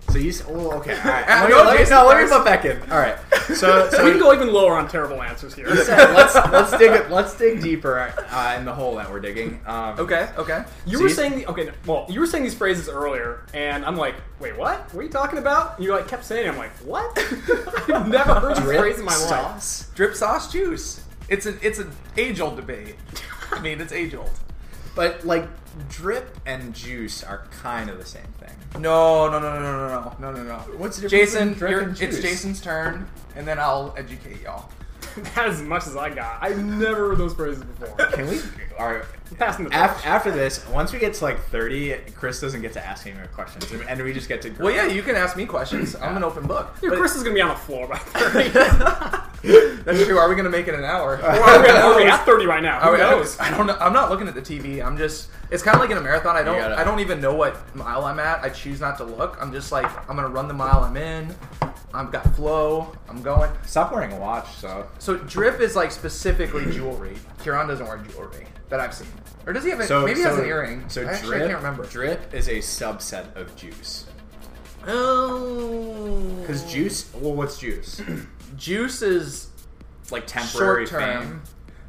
so you s- oh okay all right.
Uh,
Let me-
no,
let me-
Jason
no, let me
first.
put back in. All right. So so
we can go even lower on terrible answers here.
So let's let's dig let's dig deeper uh, in the hole that we're digging. Um,
Okay, okay.
You
See?
were saying the, okay, well, you were saying these phrases earlier, and I'm like, wait, what? What are you talking about? And you like kept saying, it. I'm like, what? I've never heard this
Drip
phrase in my life.
sauce.
Drip sauce juice. It's an it's an age old debate. I mean, it's age old.
But like drip and juice are kind of the same thing.
No, no, no, no, no, no, no, no, no.
What's the difference
Jason?
between drip
you're-
and
It's
juice?
Jason's turn, and then I'll educate y'all.
That's as much as I got. I've never heard those phrases before.
Can we? Are
Passing the
af,
torch.
after this? Once we get to like thirty, Chris doesn't get to ask any more questions, and- and we just get to.
Well, yeah, you can ask me questions. I'm an open book.
Dude,
But-
Chris is gonna be on the floor by 30.
That's true. Are we gonna make it an hour?
Or are we, at- are we at 30 right now?
I,
Who
mean, I-
knows?
Oh, I don't know. I'm not looking at the TV. I'm just. It's kind of like in a marathon. I don't.
gotta-
I don't even know what mile I'm at. I choose not to look. I'm just like I'm gonna run the mile I'm in. I've got flow. I'm going.
Stop wearing a watch, so
So drip is like specifically jewelry. Kieran doesn't wear jewelry that I've seen. Or does he have? A,
so
maybe he has
so-
an earring.
So
I actually
drip,
can't remember.
Drip is a subset of juice,
Oh.
because juice. Well, what's juice?
juice is
like temporary
short
fame.
term.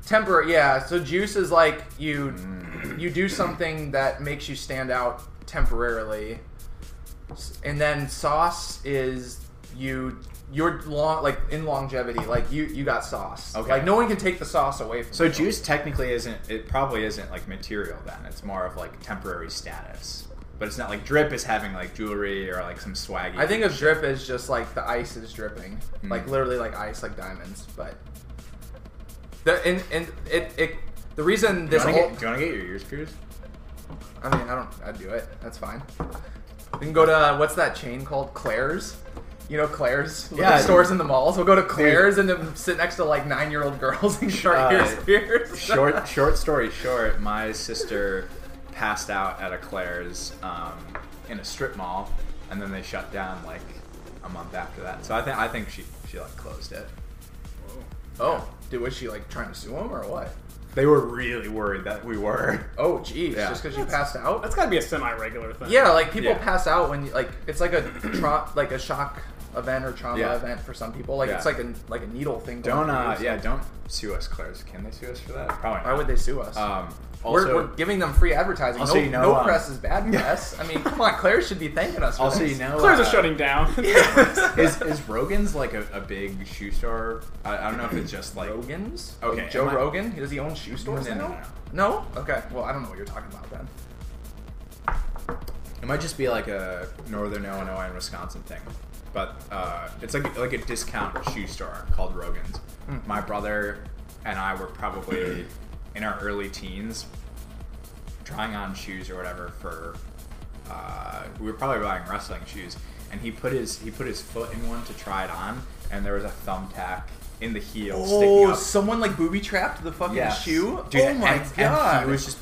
Temporary. Yeah. So juice is like you.
Mm.
You do something that makes you stand out temporarily. and then sauce is you you're long like in longevity like you you got sauce
Okay.
like no one can take the sauce away from
So
you.
juice technically isn't. It probably isn't like material. Then it's more of like temporary status. But it's not like drip is having like jewelry or like some swaggy.
i think of drip as just like the ice is dripping
Mm.
like literally like ice like diamonds but the and and it it the reason
Do
this
you
whole,
want to get, do you wanna get your ears pierced?
i mean i don't i'd do it that's fine we can go to uh, what's that chain called claire's you know Claire's
Yeah.
stores in the malls. We'll go to Claire's and then sit next to like nine-year-old girls and shark
Uh,
ears pierced.
Short short story short, my sister passed out at a Claire's um, in a strip mall, and then they shut down like a month after that. So I think I think she she like closed it.
Oh, dude, was she like trying to sue him or what?
They were really worried that we were.
Oh, geez,
Yeah.
just because you passed out?
That's gotta be a semi-regular thing.
yeah, like people
Yeah.
pass out when you, like it's like a tra- like a shock event or trauma
Yeah.
event for some people. Like
Yeah.
it's like a like a needle thing. going
Don't uh,
through you.
yeah, don't sue us, Claire's. Can they sue us for that? Probably.
Why
Not.
would they sue us?
Um,
we're,
also,
we're giving them free advertising.
Also,
no
you know,
no
um,
press is bad press. I mean, come on, Claire should be thanking us. For
also,
this.
you know,
Claire's
uh,
are shutting down.
Is is Rogan's like a, a big shoe store? I, I don't know if it's just like
Rogan's.
Okay,
Like Joe
am I-
Rogan. Does he own shoe stores
No, no,
now? No, Okay. Well, I don't know what you're talking about then.
it might just be like a Northern Illinois and Wisconsin thing, but uh, it's like like a discount shoe store called Rogan's. My brother and I were probably in our early teens, trying on shoes or whatever for uh, we were probably buying wrestling shoes, and he put his he put his foot in one to try it on, and there was a thumbtack in the heel sticking
Oh,
up.
someone like booby trapped the fucking
Yes.
shoe.
Dude,
oh my
and, and
god!
he was just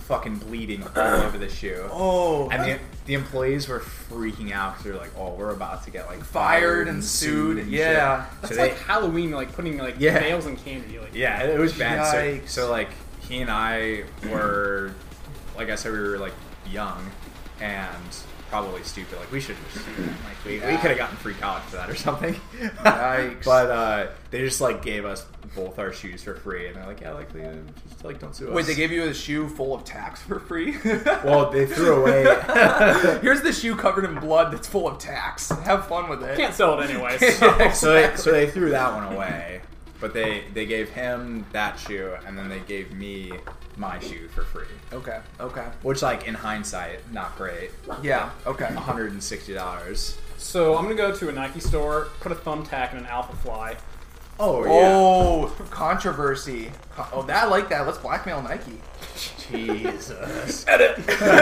fucking bleeding all over the shoe.
oh,
And the, the employees were freaking out because they were like, "Oh, we're about to get like
fired and sued.
and shit."
yeah.
That's
So
like
they-
Halloween, like putting like
Yeah.
nails in candy. Like
Yeah, it was bad. So,
Yikes.
so like he and I were, like I said, we were like young and probably stupid. Like we should have just like we, we
Yeah.
could have gotten free college for that or something.
Yikes.
but uh, they just like gave us both our shoes for free, and they're like, yeah, like yeah, just like don't sue
Wait,
us.
they gave you a shoe full of tacks for free?
Well, they threw away.
Here's the shoe covered in blood that's full of tacks. Have fun with it.
can't sell it anyways.
so they, so they threw that one away, but they they gave him that shoe, and then they gave me my shoe for free.
Okay. Okay.
Which, like in hindsight, not great.
Yeah. Okay.
hundred and sixty dollars.
so I'm gonna go to a Nike store, put a thumbtack in an Alpha Fly.
Oh
Oh, controversy. Co- Oh, that I like that. Let's blackmail Nike.
Jesus.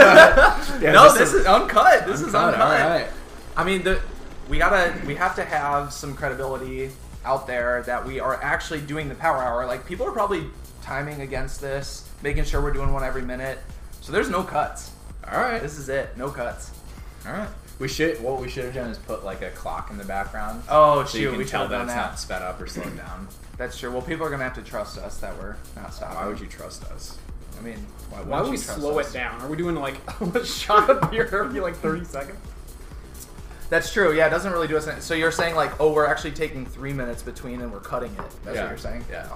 no, this is uncut. This is
All
uncut.
right.
I mean, the we gotta we have to have some credibility out there that we are actually doing the power hour. Like people are probably timing against this, making sure we're doing one every minute. So there's no cuts.
All right.
This is it. No cuts.
All right. We should. What we should have done is put like a clock in the background.
Oh
so
shoot,
you can
we
tell
should
that
done
it's
that.
not sped up or slowed down.
That's true. Well, people are gonna have to trust us that we're not stopping.
Why would you trust us?
I mean, why,
Why would
you
we
trust
slow
us?
it down? Are we doing like a shot of beer every like 30 seconds?
That's true. Yeah, it doesn't really do us. Any- so you're saying like, oh, we're actually taking three minutes between and we're cutting it. That's
Yeah.
what you're saying.
Yeah.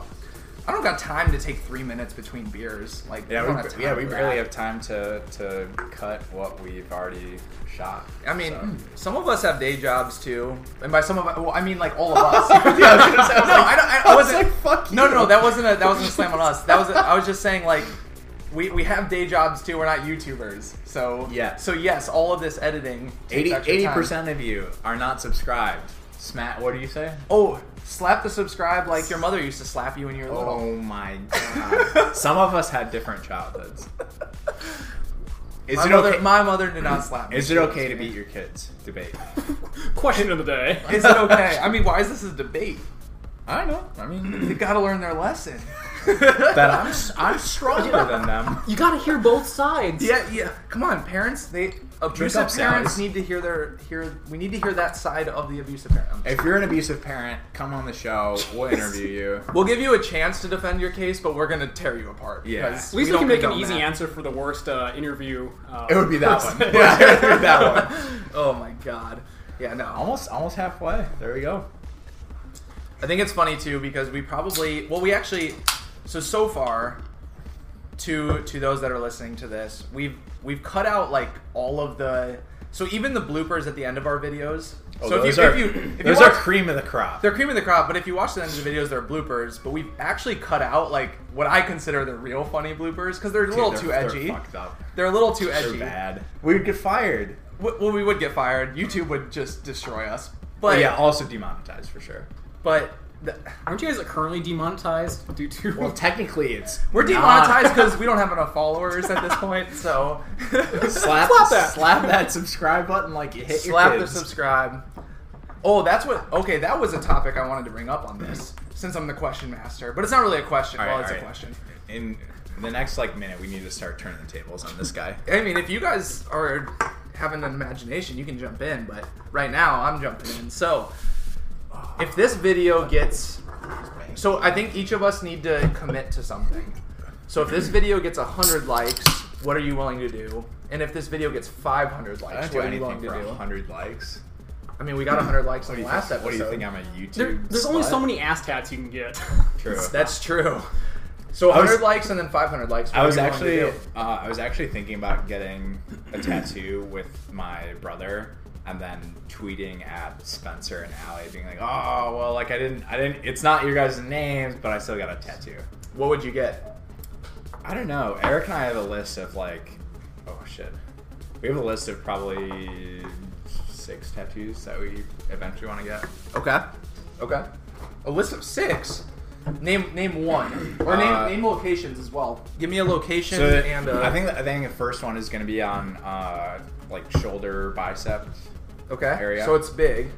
I don't got time to take three minutes between beers. Like, I don't
Yeah,
have
we,
time
yeah, we
for
barely
that.
have time to to cut what we've already shot.
I mean, hmm,
so.
some of us have day jobs too, and by some of us, well, I mean like all of us. no, I, don't, I, I wasn't.
fuck
no, no, no, that wasn't a that wasn't a slam on us. That was a, I was just saying like we, we have day jobs too. We're not YouTubers, so
Yeah.
So yes, all of this editing takes
80
extra time.
percent of you are not subscribed. Smat. What do you say?
Oh, slap the subscribe like your mother used to slap you when you were little.
Oh my god. Some of us had different childhoods. Is
my,
it
mother,
okay?
my mother did not slap me.
is it okay to beat your kids? Debate.
Question of the day.
Is it okay? I mean, why is this a debate?
I don't know. I mean,
They gotta learn their lesson.
that I'm s- I'm stronger than them.
You gotta hear both sides.
yeah, yeah. Come on, parents. They abusive
up,
parents
Sally's.
need to hear their hear. We need to hear that side of the abusive parent.
If you're an abusive parent, come on the show. We'll interview you.
We'll give you a chance to defend your case, but we're gonna tear you apart.
Yeah.
because
At least we,
don't
can make an
condone
easy
that.
answer for the worst uh, interview. Uh,
It would be that one.
person.
Yeah, it would be that one.
Oh my god. Yeah, no.
Almost, almost halfway. There we go.
I think it's funny too because we probably well we actually so so far to to those that are listening to this we've we've cut out like all of the so even the bloopers at the end of our videos. so if
Oh, those
you,
are,
if you if
those
you
are
watch,
cream of the crop.
they're cream of the crop, but if you watch the end of the videos, they're bloopers. But we've actually cut out like what I consider the real funny bloopers because they're a
Dude,
little
they're-
too
they're
edgy. They're,
fucked up.
a little too
They're
edgy.
bad. We'd get fired.
W- well, we would get fired. YouTube would just destroy us.
But
But
yeah, also demonetized for sure.
but th-
Aren't you guys currently demonetized due to?
Well, technically, it's
we're
not.
demonetized because we don't have enough followers at this point. So
slap,
Slap
that.
that.
slap that subscribe button like you hit
slap
your
the
kids.
subscribe. Oh, that's what. Okay, that was a topic I wanted to bring up on this since I'm the question master. But it's not really a question.
All right,
well, it's
all
a
right.
question.
In the next like minute, we need to start turning the tables on this guy.
I mean, if you guys are having an imagination, you can jump in, but right now I'm jumping in. So, if this video gets. So, I think each of us need to commit to something. So, if this video gets 100 likes, what are you willing to do? And if this video gets 500
I
likes,
don't
what are
do
you
anything
willing to
for
do?
hundred likes.
I mean, we got 100 likes on the
What do you
last
think?
episode.
What do you think? I'm a YouTube.
There- there's only
slut?
so many ass tats you can get.
True.
That's true. So,
I was-
100 likes and then 500 likes. what
I
are
was
you willing to
actually, uh,
do?
I was actually thinking about getting a tattoo with my brother, and then tweeting at Spencer and Allie, being like, "Oh, well, like I didn't, I didn't. It's not your guys' names, but I still got a tattoo."
What would you get?
I don't know. Eric and I have a list of like, oh shit, we have a list of probably six tattoos that we eventually want to get.
Okay. Okay. A list of six. Name name one or name
Uh,
name locations as well. Give me a location
So the-
and uh,
I think the, I think the first one is going to be on uh, like shoulder bicep.
okay.
area.
So it's big.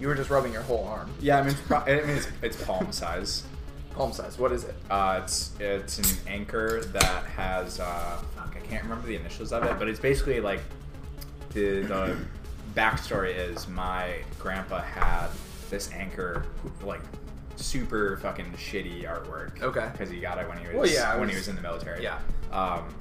You were just rubbing your whole arm,
Yeah, I mean it's pro- I mean it's, it's palm size.
palm size. What is it?
Uh, it's it's an anchor that has uh, fuck, I can't remember the initials of it, but it's basically like the the backstory is my grandpa had this anchor like super fucking shitty artwork.
Okay.
because he got it when he was
Well, yeah, it
when he
was-
was in the military.
yeah.
Um,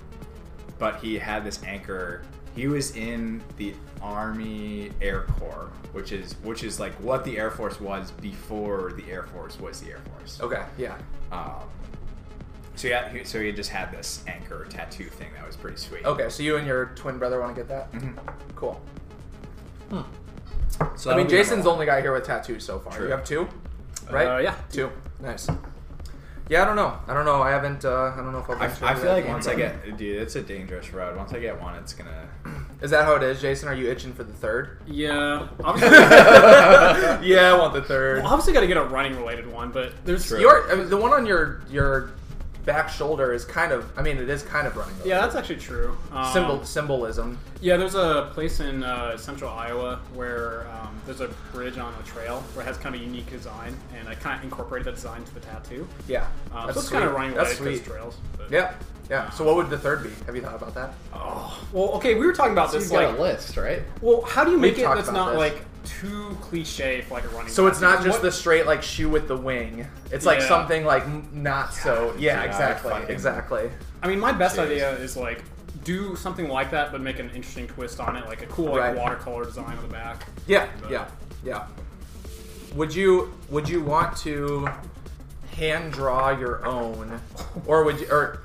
but he had this anchor. He was in the Army Air Corps, which is which is like what the Air Force was before the Air Force was the Air Force.
Okay. Yeah.
Um, so yeah, he, so he just had this anchor tattoo thing that was pretty sweet.
Okay. So you and your twin brother want to get that?
Mhm.
Cool. I
So that'll
mean,
be number
Jason's the
one.
only guy here with tattoos so far.
True.
You have two, right?
Uh, yeah.
Two. Nice. Yeah, I don't know. I don't know. I haven't. Uh, I don't know if I'll.
I,
venture
I
into
feel
that
like
game,
once I
but-
get, dude, it's a dangerous road. Once I get one, it's gonna.
Is that how it is, Jason? Are you itching for the third?
Yeah. Obviously,
yeah, I want the third.
obviously got to get a running related one, but there's
True.
Your I mean, the one on your your back shoulder is kind of. I mean, it is kind of running.
yeah, that's actually true. Um,
Symbol symbolism.
Yeah, there's a place in uh, central Iowa where um, there's a bridge on a trail where it has kind of a unique design, and I kind of incorporated that design to the tattoo.
Yeah. that's
Um, so it's
sweet.
kind of running
That's
related to
sweet.
those trails. But,
Yeah. Yeah. So what would the third be? Have you thought about that?
Oh, well, okay, we were talking about this. Like,
list, right?
well, how do you make it
talked
that's
about
not
this.
like too cliche for like a running?
So it's
tattoo?
not just
What-
the straight like shoe with the wing. It's like
Yeah.
something like m- not so. Yeah,
Yeah,
exactly,
fucking-
exactly.
I mean, my best
Jeez.
idea is like do something like that, but make an interesting twist on it, like a cool like
Right.
watercolor design on the back.
Yeah,
But-
yeah, yeah. Would you would you want to hand draw your own, or would you or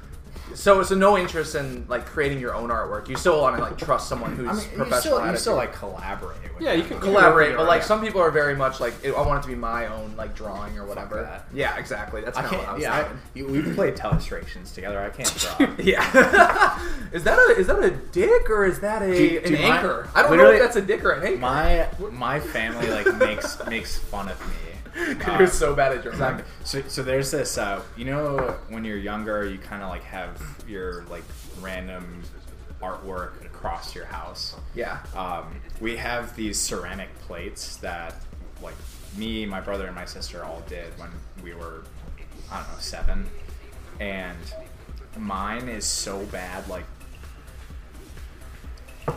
so so no interest in like creating your own artwork? You still want to like trust someone who's
I mean, you
professional.
still,
at
you
it.
still like collaborate. With
Yeah, you
them.
can
collaborate, but like
Yeah.
some people are very much like "Ew, I want it to be my own like drawing or whatever.
that.
Yeah, exactly. That's
I
kind of what I
can't.
was
Yeah, I,
thinking.
you, we played Telestrations together. I can't draw.
Yeah. is that a is that a dick or is that a
Do-
an
do my-
anchor? I don't know
literally-
if that's a dick or an anchor.
my my family like makes makes fun of me. Uh,
You're so bad at your
Exactly.
mind.
So, so there's this, uh, you know, when you're younger, you kind of like have your like random artwork across your house.
Yeah.
Um, we have these ceramic plates that like me, my brother, and my sister all did when we were, I don't know, seven. And mine is so bad. Like,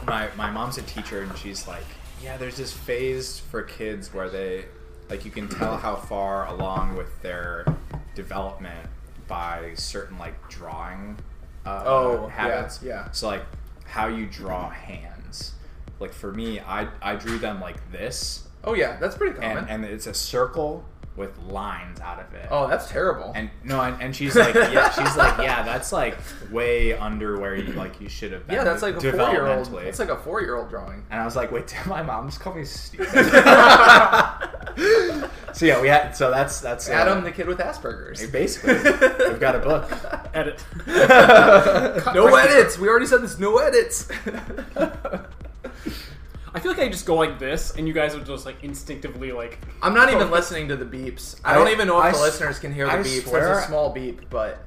my, my mom's a teacher and she's like, yeah, there's this phase for kids where they, like, you can tell how far along with their development by certain, like, drawing uh,
Oh, yeah,
habits.
yeah.
So, like, how you draw hands. Like, for me, I, I drew them like this,
Oh yeah, that's pretty common.
and, and it's a circle with lines out of it.
oh, that's terrible.
And no, and, and she's like, yeah, she's like, yeah, that's like way under where you like you should have been.
yeah, that's like a four year old.
developmentally.
It's like a four year old drawing.
and I was like, wait, did my mom just call me stupid? so yeah, we had. So that's that's uh,
Adam, the kid with Asperger's.
Basically, we've got a book.
Edit.
no edits. We already said this. No edits.
I feel like I just go like this, and you guys would just like instinctively like.
I'm not even listening to the beeps. I don't
I-
even know if
I
the
s-
listeners can hear the
I
beeps.
swear-
There's a small beep, but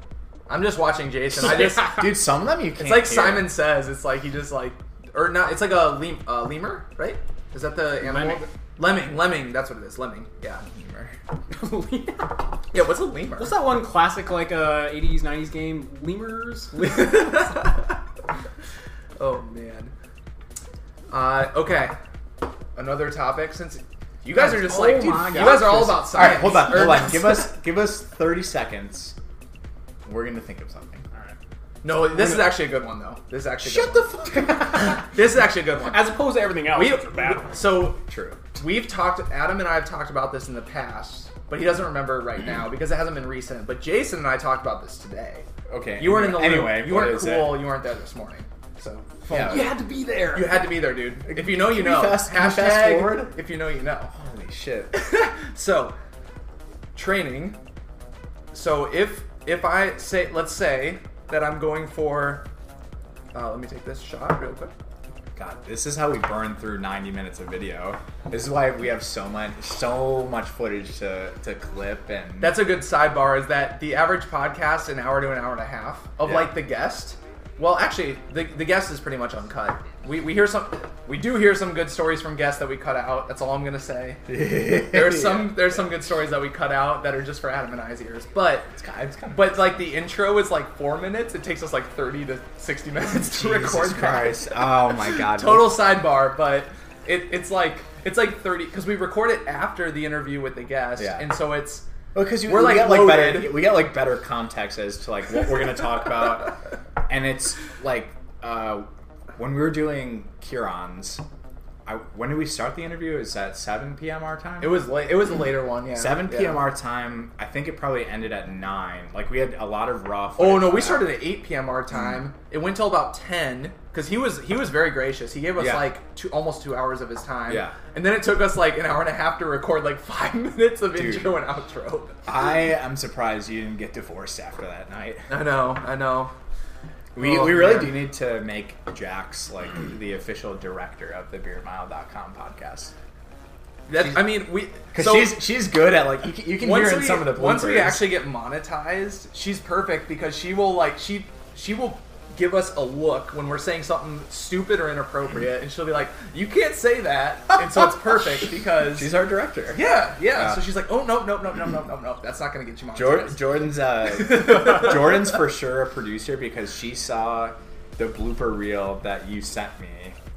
I'm just watching Jason. I just
Yeah.
Dude, some of them you can't.
It's like
hear.
Simon says. It's like he just like or not. It's like a lem- uh, lemur, right? Is that the animal? Lemming.
Lemming.
Lemming, That's what it is. Lemming. Yeah.
What's
Yeah. What's a lemur?
that one classic like uh, 80s 90s game? Lemurs.
oh man. Uh, okay. Another topic since you guys are just
Oh
like dude, you
my God.
guys are all about
All
science.
right, hold on, hold
Or-
on. Give us give us thirty seconds. We're gonna think of something.
All right.
No, this is actually a good one though. This is actually a
Shut
good
the
one.
fuck up.
This is actually a good one.
As opposed to everything else,
we,
which are bad.
we- so
True.
We've talked, Adam and I have talked about this in the past, but he doesn't remember right now because it hasn't been recent. But Jason and I talked about this today.
Okay.
You weren't in the loop.
anyway.
You
what
weren't
is
cool.
It?
You weren't there this morning. So
Yeah.
You had to be there.
you had to be there, dude. If you know, you
Can we
know.
fast- can we
Hashtag
fast forward?
if you know, you know.
Holy shit.
So training. So if if I say, let's say that I'm going for, uh, let me take this shot real quick.
god, this is how we burn through 90 minutes of video. This is why we have so much, so much footage to, to clip and
That's a good sidebar. Is that the average podcast an hour to an hour and a half of
Yeah.
like the guest? Well, actually, the, the guest is pretty much uncut. We, we hear some, we do hear some good stories from guests that we cut out. That's all I'm gonna say. There's some there's some good stories that we cut out that are just for Adam and I's ears. But
It's kind of, it's kind of
but like the intro is like four minutes. It takes us like thirty to sixty minutes to record.
Jesus
that.
Christ. Oh my god.
Total sidebar, but it, it's like it's like thirty because we record it after the interview with the guest,
Yeah.
and so it's
because
We're,
we
like,
get like better,
loaded.
we get like better context as to like what we're gonna talk about, and it's like uh, when we were doing Kiron's. I, when did we start the interview? Is that 7 p.m. our time?
it was late. It was a later one. Yeah,
7
Yeah.
p.m. our time. I think it probably ended at 9. Like we had a lot of rough.
Oh no, we started at 8 p.m. our time. It went till about 10 because he was he was very gracious. He gave us
Yeah.
like two, almost two hours of his time.
Yeah.
and then it took us like an hour and a half to record like five minutes of
Dude.
intro and outro.
I am surprised you didn't get divorced after that night.
I know, I know.
We,
Oh,
we really
man.
do need to make Jax like the official director of the BeerMile.com podcast.
That I mean, we
Because
so
she's she's good at like you can, you can hear
once
in
we,
some of the bloopers.
once we actually get monetized, she's perfect because she will like she she will give us a look when we're saying something stupid or inappropriate, and she'll be like, "You can't say that," and so it's perfect because
she's our director.
Yeah, yeah.
Yeah.
So she's like, oh no, no, no, no, no, no, no. That's not gonna get you monetized.
Jor- Jordan's uh, Jordan's for sure a producer because she saw the blooper reel that you sent me.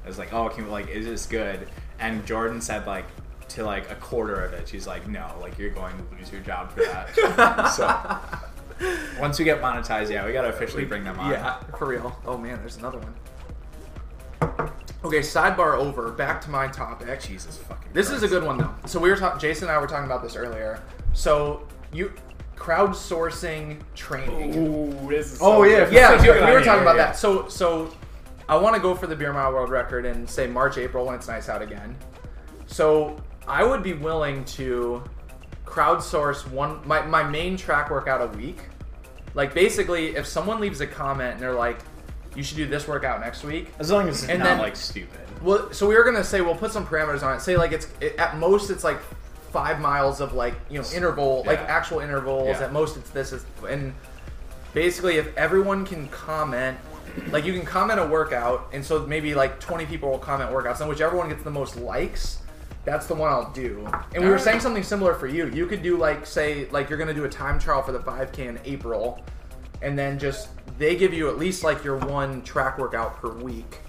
I was like, oh, can we, like is this good? And Jordan said like to like a quarter of it. She's like, no, like you're going to lose your job for that. so once we get monetized, yeah, we gotta officially bring them on.
yeah, for real. Oh man, there's another one. Okay, sidebar over. Back to my topic.
Jesus fucking.
This is a
Christ.
good one though. So we were talking. Jason and I were talking about this earlier. So you crowdsourcing training.
Ooh, this is so
Oh, yeah,
good.
Yeah,
Let's
we,
talk about
we were
it.
talking about
Yeah, yeah.
that. So, so I want to go for the beer mile world record and say March, April when it's nice out again. So I would be willing to crowdsource one my, my main track workout a week. Like basically, if someone leaves a comment and they're like, "You should do this workout next week,"
As long as it's
And
not
then-
like stupid.
well, so we were gonna say we'll put some parameters on it. Say like it's it, at most it's like five miles of like you know interval, like
Yeah.
actual intervals.
Yeah.
At most it's this is and basically if everyone can comment, like you can comment a workout, and so maybe like twenty people will comment workouts, and whichever one gets the most likes. That's the one I'll do. And we were saying something similar for you. You could do like say like you're gonna do a time trial for the 5K in April, and then just they give you at least like your one track workout per week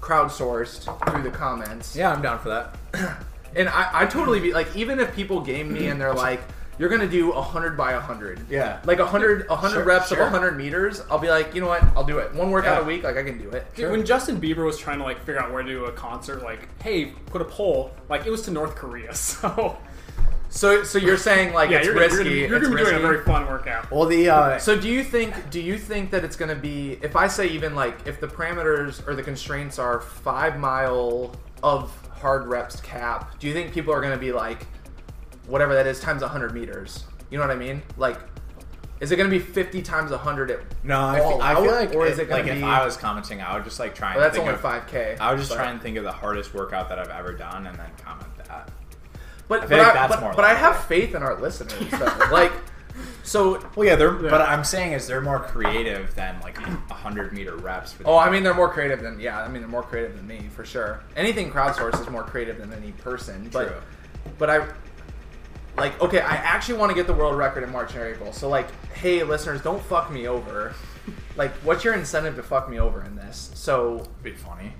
crowdsourced through the comments.
Yeah, I'm down for that.
And I, I totally be like, even if people game me and they're like, you're gonna do hundred by hundred.
Yeah.
Like hundred hundred
Sure,
reps
sure.
of hundred meters, I'll be like, you know what, I'll do it. One workout
Yeah.
a week, like I can do it.
Dude, when Justin Bieber was trying to like figure out where to do a concert, like, hey, put a poll, like it was to North Korea. So
So so you're saying like
yeah,
it's
you're, gonna-
risky.
you're gonna,
it's
you're gonna be doing a
risky.
very fun workout.
Well, the uh,
so do you think do you think that it's gonna be if I say even like if the parameters or the constraints are five mile of hard reps cap, do you think people are gonna be like whatever that is times hundred meters? You know what I mean? Like is it gonna be fifty times hundred at
no, I,
all
feel, oh, I feel
out,
like
or is
it-
it gonna
like
be-
if I was commenting, I would just like try. And
Well, that's
think
only
of-
five k.
I would just
but,
try and think of the hardest workout that I've ever done and then comment that.
But, but
feel like
I,
that's
but,
more
but I
likely.
have faith in our listeners. Though. like, so
Well, yeah, they're, but I'm saying is they're more creative than like a hundred meter reps. For
Oh, I mean, they're more creative than yeah. I mean, they're more creative than me for sure. Anything crowdsourced is more creative than any person. But,
True.
but I, like, okay, I actually want to get the world record in March and April. So like, hey, listeners, don't fuck me over. Like, what's your incentive to fuck me over in this? So,
be funny.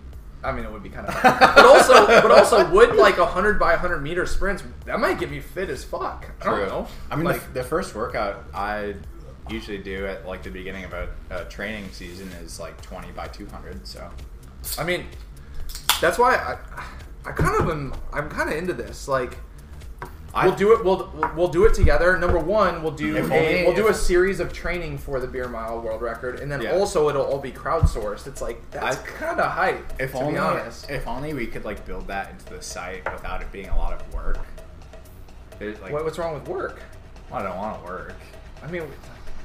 I mean, it would be kind of, fun. but also, but also, would like a hundred by hundred meter sprints that might get me fit as fuck? I don't know.
I mean,
like,
the, the first workout I usually do at like the beginning of a, a training season is like twenty by two hundred. So
I mean, that's why I, I kind of am. I'm kind of into this. Like,
I-
we'll do it. We'll we'll- we'll do it together. Number one, we'll do
If
a,
only-
we'll do
if-
a series of training for the beer mile world record, and then
Yeah.
also it'll all be crowdsourced. It's like that's
I-
kind of hype.
if
to
only
be honest,
if only we could like build that into the site without it being a lot of work. There's like
what, what's wrong with work?
I don't want to work.
I mean,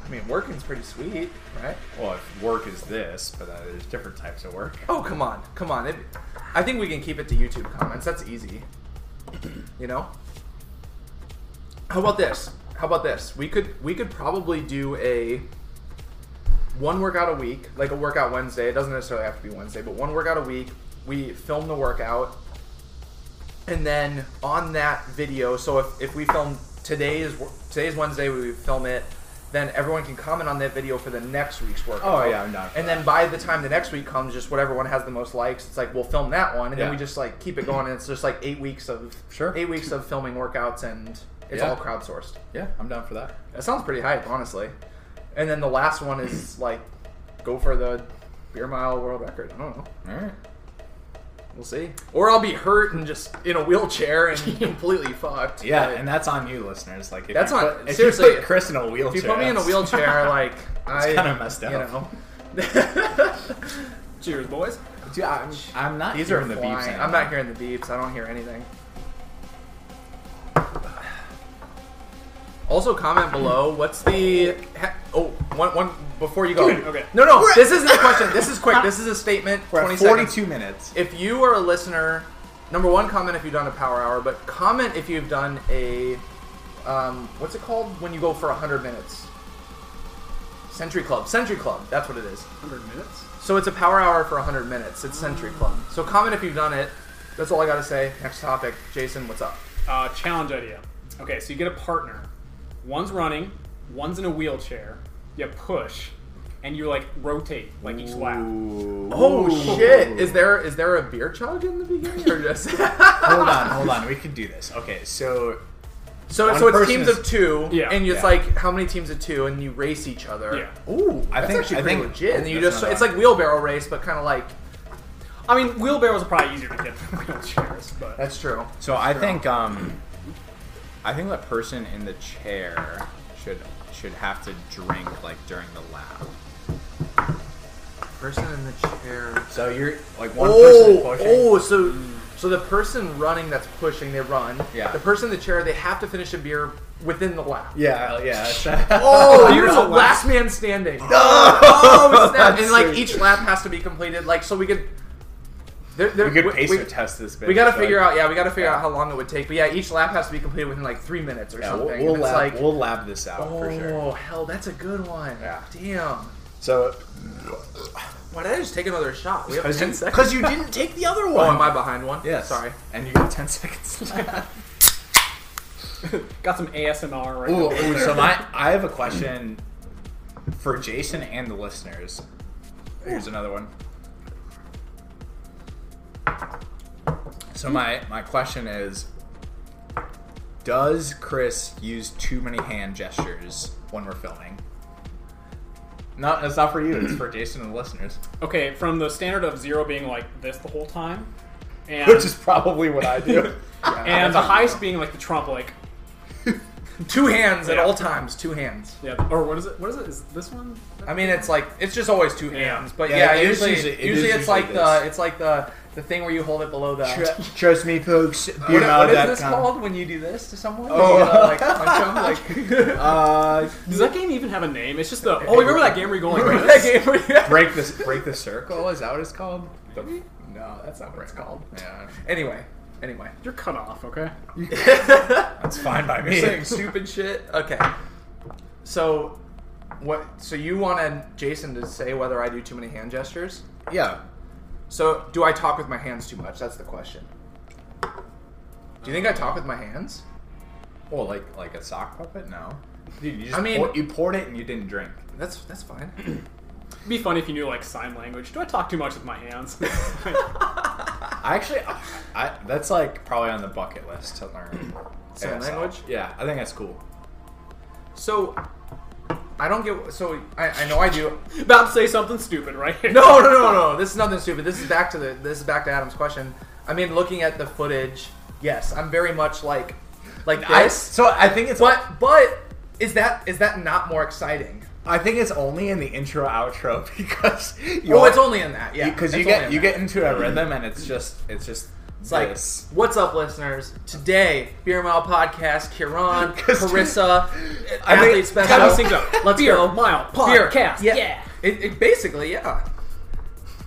I mean, working's pretty sweet, right?
Well, if work is this, but uh, there's different types of work.
Oh, come on, come on. It, I think we can keep it to YouTube comments. That's easy. You know. How about this? How about this? We could we could probably do a one workout a week, like a workout Wednesday. It doesn't necessarily have to be Wednesday, but one workout a week. We film the workout, and then on that video. So if, if we film today is today's Wednesday, we film it. Then everyone can comment on that video for the next week's workout.
Oh, yeah, I'm down for
And then by the time the next week comes, just whatever one has the most likes, it's like we'll film that one, and then
Yeah.
we just like keep it going, and it's just like eight weeks of
Sure.
eight weeks of filming workouts, and it's
Yeah.
all crowdsourced.
Yeah, I'm down for that.
That sounds pretty hype, honestly. And then the last one is like, go for the beer mile world record. I don't know.
All right.
We'll see. Or I'll be hurt and just in a wheelchair and completely fucked.
Yeah,
but
and that's on you, listeners. Like, if
That's
you
on-
put- if
seriously,
you put Chris in a wheelchair.
if you put me in a
that's-
wheelchair, like I
kinda messed
You
up.
know,
Cheers, boys.
Dude, I'm, I'm not.
these are
hearing
the
the beeps.
beeps. I'm not hearing the beeps. I don't hear anything. Also, comment below. What's the ha- oh one one before you go?
Dude, okay.
No, no. this isn't a question. This is quick. This is a statement.
We're
Twenty
at
seconds.
42 minutes.
if you are a listener, number one, comment if you've done a power hour, but comment if you've done a um, what's it called when you go for hundred minutes? Century Club. Century Club. That's what it is.
100 minutes.
So it's a power hour for hundred minutes. It's Century Club. So comment if you've done it. That's all I gotta say. Next topic, Jason. What's up?
Uh, challenge idea. Okay, so you get a partner. One's running, one's in a wheelchair. You push, and you like rotate like each lap.
Ooh.
Oh shit! Is there is there a beer chug in the beginning or just?
hold on, hold on. We can do this. Okay, so
so
One
so it's
person
teams
is-
of two,
Yeah.
and it's
Yeah.
like how many teams of two, and you race each other.
Yeah.
Ooh,
I
that's
think-
actually
I
pretty
think-
legit. And then you
That's
just
not
it's
bad.
like wheelbarrow race, but kind of like
I mean, wheelbarrows are probably easier to get than wheelchairs, but
that's true.
so I think um, I think the person in the chair should should have to drink like during the lap.
Person in the chair.
So you're like one person
Oh,
pushing.
oh, so so the person running that's pushing, they run.
Yeah.
The person in the chair, they have to finish a beer within the lap.
Yeah, yeah.
Oh,
Beer
you're
is
the
a lap.
last man standing. Oh, snap. And like
so-
each lap has to be completed. Like so we could. There, there,
we could
we-
pacer
we-
test this. Bitch,
We gotta
so-
figure out, yeah, we gotta figure
Yeah.
out how long it would take. But yeah, each lap has to be completed within like three minutes or
Yeah,
something.
we'll,
And
we'll,
it's
lab,
like,
we'll lab this out
oh
for sure.
hell, that's a good one.
Yeah.
Damn.
So
Why did I just take another shot? We have ten
you,
seconds.
you didn't take the other
Oh,
one.
am I behind one?
Yes.
Sorry.
And you got ten seconds left.
got some ASMR right
Ooh,
there.
ooh, so my, I have a question for Jason and the listeners. Here's another one. So my my question is, does Chris use too many hand gestures when we're filming? No, that's not for you. It's for Jason and the listeners,
Okay, from the standard of zero being like this the whole time, and
which is probably what I do.
and the highest being like the Trump like
Two hands at
Yeah.
all times. Two hands.
yeah or what is it? What is it? Is this one?
I mean, it's like it's just always two
Yeah.
hands. But yeah,
Yeah, it is
usually
usually- it
usually,
is
it's
usually
like the
this.
it's like the the thing where you hold it below the.
Trust me, folks.
What- what is this called when you do this to someone?
Oh.
You, uh, like, punch 'em, like-
Uh,
Does that game even have a name? It's just the oh, remember that game where you go like
Remember
this?
that game where you-
break this break the circle is that what it's called
No, that's not what it's called.
yeah
Anyway, anyway.
You're cut off. Okay.
that's fine by me
You're saying stupid shit. Okay. So, what? So you wanted Jason to say whether I do too many hand gestures?
yeah
So, do I talk with my hands too much? That's the question. Do you think I talk with my hands?
well like like a sock puppet no Dude, you just
I mean-
pour- you poured it and you didn't drink
That's that's fine.
It'd be funny if you knew like sign language. Do I talk too much with my hands?
i actually i that's like probably on the bucket list to learn
Sign
ASL.
language?
yeah i think that's cool
So, I don't get. So I, I know I do.
About to say something stupid, right?
No, no, no, no. This is nothing stupid. This is back to the. This is back to Adam's question. I mean, looking at the footage, yes, I'm very much like, like
I,
this.
so i think it's
But but is that is that not more exciting?
i think it's only in the intro outro because you
Oh,
all-
it's only in that. Yeah,
because you
it's only
get
in
you
that.
get into a rhythm and it's just it's just
It's like,
Yes.
what's up, listeners? Today, Beer Mile Podcast, Kiran, Carissa,
I
Athlete
think-
Special.
How do things up?
Let's
Beer
go.
Mile
Beer.
Podcast.
Yeah.
yeah.
It, it basically, yeah.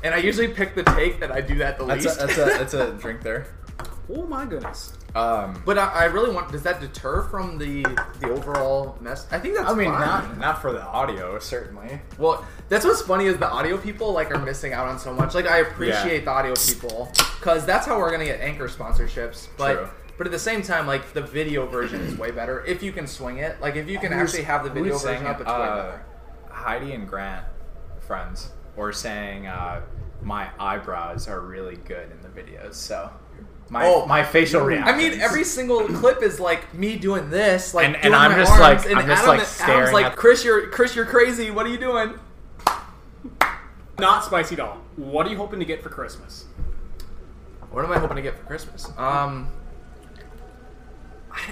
And I usually pick the take that I do that the
That's
least.
a that's a that's a drink there.
Oh my goodness.
Um,
but I, I really want. Does that deter from the the overall mess? I think that's.
I mean,
fine.
not not for the audio certainly.
Well, that's what's funny is the audio people like are missing out on so much. Like I appreciate
Yeah.
the audio people because that's how we're gonna get anchor sponsorships. But
True.
but at the same time, like the video version is way better if you can swing it. Like if you can
Who's-
actually have the
who
video
sang
version up,
it?
it's way
Uh,
better.
Heidi and Grant, friends, were saying uh, my eyebrows are really good in the videos. So my
Oh.
my facial reaction.
I mean, every single clip is like me doing this, like
And- and
doing
I'm
my
just
arms,
like-
and
I'm just,
Adam,
like,
Adam's
staring
like,
at-
Chris, you're Chris, you're crazy. What are you doing?
Not spicy at all. What are you hoping to get for Christmas?
What am I hoping to get for Christmas? Um, I,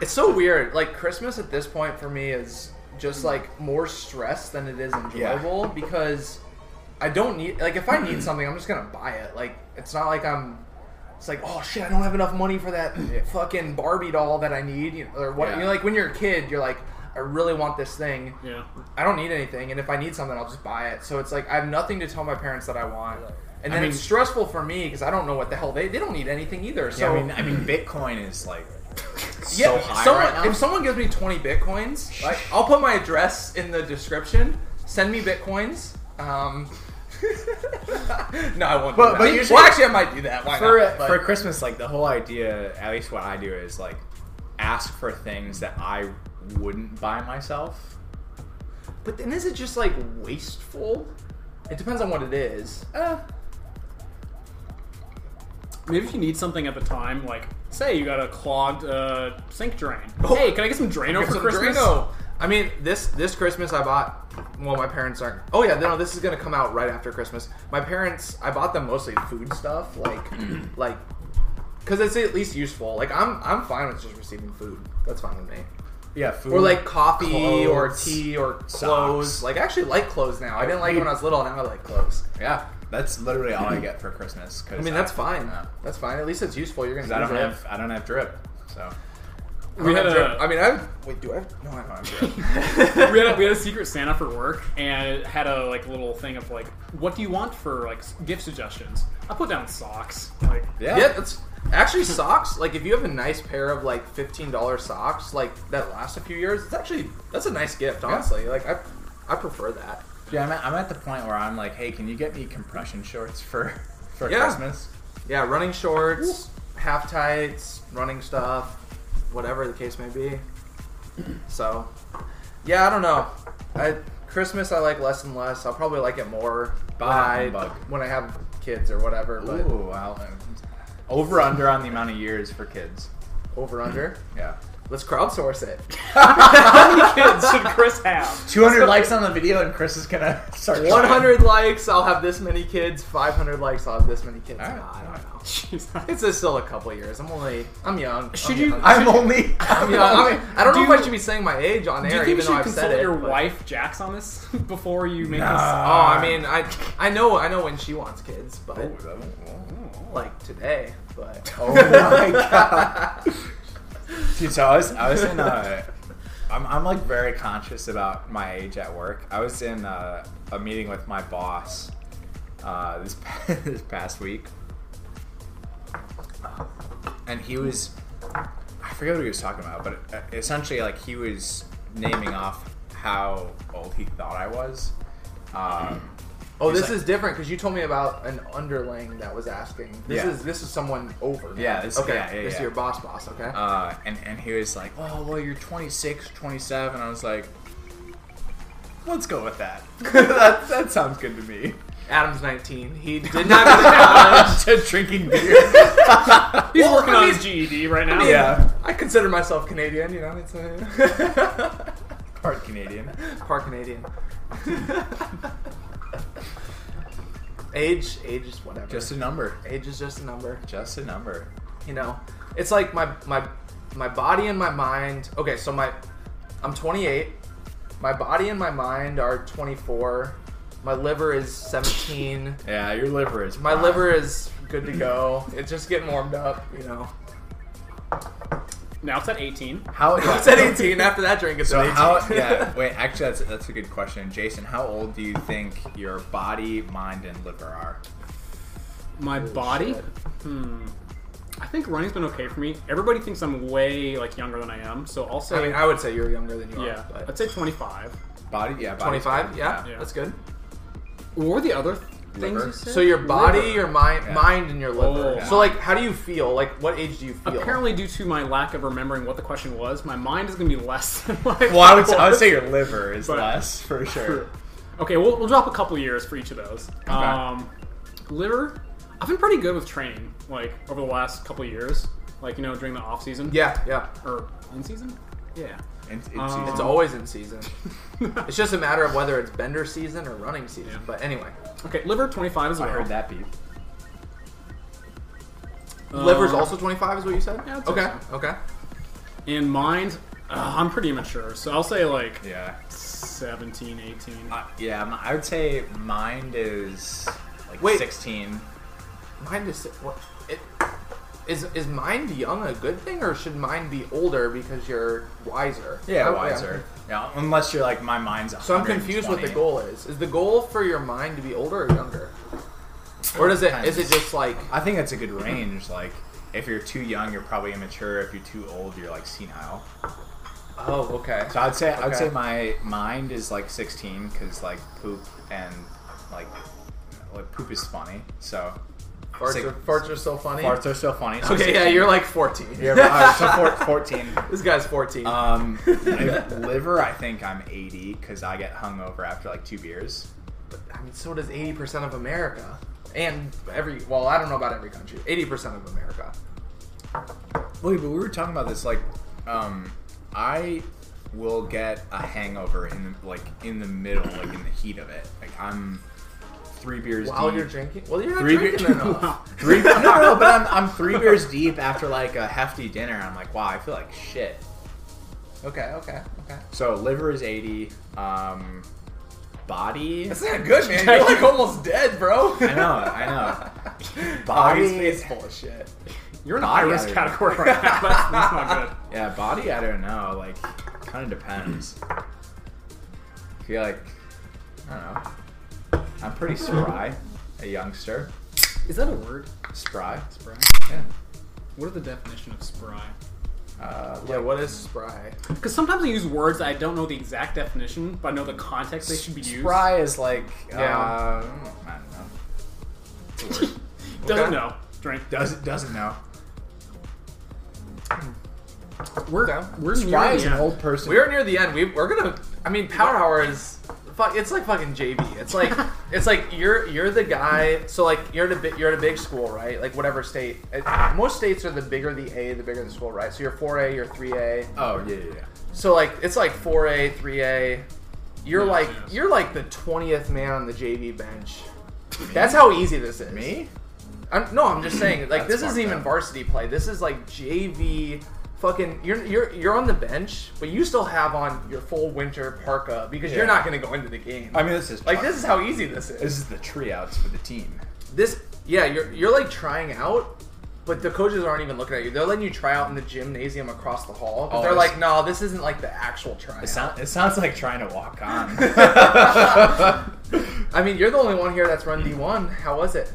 it's so weird. Like Christmas at this point for me is just like more stress than it is enjoyable because I don't need like if I need something, I'm just gonna buy it. Like it's not like I'm. It's like oh shit, I don't have enough money for that fucking Barbie doll that I need you know, or what.
Yeah.
You know, like when you're a kid, you're like. I really want this thing.
Yeah.
I don't need anything, and if I need something, I'll just buy it. So it's like I have nothing to tell my parents that I want, and
I
then
mean-
it's stressful for me because I don't know what the hell they they don't need anything either. So
Yeah, I mean, I mean, Bitcoin is like so
yeah,
high
someone,
right now.
if someone gives me twenty bitcoins, like, I'll put my address in the description. Send me bitcoins. Um, no, I won't.
But-
do that.
but usually-
well, actually, I might do that. Why
for
not? But-
for Christmas, like the whole idea, at least what I do is like ask for things that I wouldn't buy myself.
but then is it just like wasteful? It depends on what it is.
Uh,
Maybe if you need something at the time, like say you got a clogged uh, sink drain. Hey, can I get some Drano
Get
Oh, for
some
Christmas?
Drano. I mean, this this Christmas I bought. Well, my parents aren't. Oh yeah, no, this is gonna come out right after Christmas. My parents, I bought them mostly food stuff, like like, because it's at least useful. Like I'm I'm fine with just receiving food. That's fine with me.
yeah, food
Or like coffee or
clothes.
tea or clothes.
socks.
Like I actually like clothes now. I didn't like it when I was little. Now I like clothes.
Yeah, that's literally all I get for Christmas. Cause
I mean that's fine.
Yeah.
That's fine. At least it's useful. You're gonna.
Because I don't
use it.
have I don't have drip. So
I
We
don't
had
have drip.
a-
I mean, I have. Wait, do I have? No, I don't have drip.
we had a, we had a secret Santa for work, and it had a like little thing of like, what do you want for like s- gift suggestions? I put down socks. Like,
yeah,
Yeah, that's actually socks. Like if you have a nice pair of like fifteen dollar socks, like that last a few years, it's actually that's a nice gift. Honestly, like I, I prefer that.
Yeah, I'm at, I'm at the point where I'm like, hey, can you get me compression shorts for for
Yeah.
Christmas?
Yeah, running shorts, half tights, running stuff, whatever the case may be. So, yeah, I don't know. I Christmas I like less and less. I'll probably like it more when
Bah,
I
humbug.
when I have kids or whatever. But
Ooh, wow. um, Over under on the amount of years for kids.
over under,
Yeah.
let's crowdsource it.
how many kids should Chris have?
200 likes on the video and Chris is gonna start.
100 likes, I'll have this many kids. 500 likes, I'll have this many kids.
Alright.
No, I don't know.
Jeez.
It's just still a couple years. I'm only, I'm young.
Should
I'm
you-
young.
I'm only.
I'm young. I, mean, I don't
Do
know if I
you-
should be saying my age on
Do
air,
you think you
even though
should
I've said
consult
it.
your
but-
wife, Jax, on this before you make
Nah.
this?
Oh, I mean, I, I know, I know when she wants kids, but like today, but
Oh my god. Dude, so I was, I was in, uh, I'm, I'm like very conscious about my age at work. I was in uh, a meeting with my boss uh, this, this past week. And he was, I forget what he was talking about, but uh, essentially, like, he was naming off how old he thought I was. Um,
oh,
He's
this
like-
is different because you told me about an underling that was asking. This
Yeah.
is this is someone over. now.
Yeah, this-
okay,
yeah, yeah,
this is
yeah.
your boss, boss. Okay,
uh, and, and he was like, oh, well, you're 26, 27. I was like, let's go with that. that, that sounds good to me.
Adam's 19. He did not go to college.
Just drinking beer.
He's
Well,
working
I
on
mean-
his GED right now.
yeah.
I consider myself Canadian, you know. It's a
Part Canadian.
part Canadian. age, age is whatever.
Just a number.
age is just a number,
Just a number.
you know. It's like my my my body and my mind. Okay, so my I'm 28. My body and my mind are 24. My liver is 17.
Yeah, your liver is.
My
prime.
liver is good to go. It's just getting warmed up, you know.
Now it's at 18.
How?
It's at 18. After that drink, it's
So
at 18.
how? Yeah. Wait. Actually, that's that's a good question, Jason. How old do you think your body, mind, and liver are? Oh,
My body?
shit.
Hmm. I think running's been okay for me. Everybody thinks I'm way like younger than I am, so I'll say
I mean, I would say you're younger than you
yeah,
are.
I'd
But
say 25.
Body. Yeah. body's
25.
good.
Yeah,
Yeah.
that's good.
What were the other th- things
Liver.
you said?
So your body,
Liver.
your mind,
Yeah.
mind, and your liver.
Oh.
So like, how do you feel? Like, what age do you feel?
Apparently, due to my lack of remembering what the question was, my mind is going to be less than what
Well, I would, I would say your liver is
But-
less for sure.
Okay, we'll, we'll drop a couple years for each of those. Um, liver, I've been pretty good with training, like over the last couple years, like you know during the off season.
Yeah, yeah.
Or in season. Yeah.
And- it's
Um,
easy.
It's always in season. It's just a matter of whether it's bender season or running season.
Yeah.
But anyway,
okay, liver 25 as
I
well.
heard that beep.
Um,
liver's also 25 is what you said.
Yeah, I'd say
okay, okay.
And mind, uh, I'm pretty immature, so I'll say like
Yeah.
17, 18.
Uh, yeah. m- I would say mind is like
Wait.
16.
Mind is what? It, is is mind young a good thing or should mind be older because you're wiser?
Yeah.
How-
Wiser. Yeah. Unless you're like my mind's.
Oh, So I'm confused what the
120.
goal is. Is the goal for your mind to be older or younger? Or does it
Depends.
is it just like
I think that's a good range. Like, if you're too young, you're probably immature. If you're too old, you're like senile.
oh okay.
So I'd say I'd
Okay.
say my mind is like 16 because like poop and like like poop is funny. So
Farts are, farts are so funny.
farts are so funny. So
okay, yeah,
16.
you're like 14.
Yeah, but- all right, so four, 14.
This guy's 14.
Um, my liver, I think I'm 80 because I get hungover after like two beers.
I mean, so does 80% of America. And every, well, I don't know about every country. 80% of America.
Wait, but we were talking about this. Like, um, I will get a hangover in the, like in the middle, like in the heat of it. Like I'm three beers
While
deep.
you're drinking? Well, you're not
Three
drinking
beer-
enough.
Wow.
three, no, no, but I'm, I'm three beers deep after like a hefty dinner. I'm like, wow, I feel like shit.
Okay, okay, okay.
So liver is 80. Um, body.
That's not good, man. You're like almost dead, bro.
I know, I know.
Bobby's
Body.
face full of shit.
You're in a
Body
high risk
either.
category right now. That's, that's not good.
Yeah, body. I don't know. Like, kind of depends. I feel like I don't know. I'm pretty spry, a youngster.
Is that a word?
Spry.
Spry.
Yeah.
What are the definition of spry?
Uh,
Yeah, what is spry?
Because sometimes I use words that I don't know the exact definition, but I know the context they should be used.
Spry is like.
Yeah.
Uh, I don't know. It's a word.
Doesn't
Okay.
know. Drink.
Does doesn't know.
We're
Okay.
we're
Spry
near
is
the
an
end.
old person.
We are near the end. We, we're gonna. I mean, Power Hour is. Fuck, it's like fucking JV. It's like it's like you're you're the guy. So like you're at a bi- you're at a big school, right? Like whatever state. Uh, Most states are the bigger the A, the bigger the school, right? So you're four A, you're three A.
Oh yeah, yeah, yeah.
So like it's like four A, three A. You're
Yeah,
like
yes.
you're like the twentieth man on the JV bench. That's how easy this is.
Me?
I'm, no, I'm just saying. Like
That's
this isn't
fucked
even
up.
varsity play. This is like JV. Fucking, you're you're you're on the bench, but you still have on your full winter parka because you're
Yeah.
not going to go into the game.
I mean, this is
like this is how easy this is.
This is the triouts for the team.
This, yeah, you're you're like trying out, but the coaches aren't even looking at you. They're letting you try out in the gymnasium across the hall. But
Oh,
they're
it's-
like, no, this isn't like the actual tryout.
It, sound, it sounds like trying to walk on.
I mean, you're the only one here that's run D1. How was it?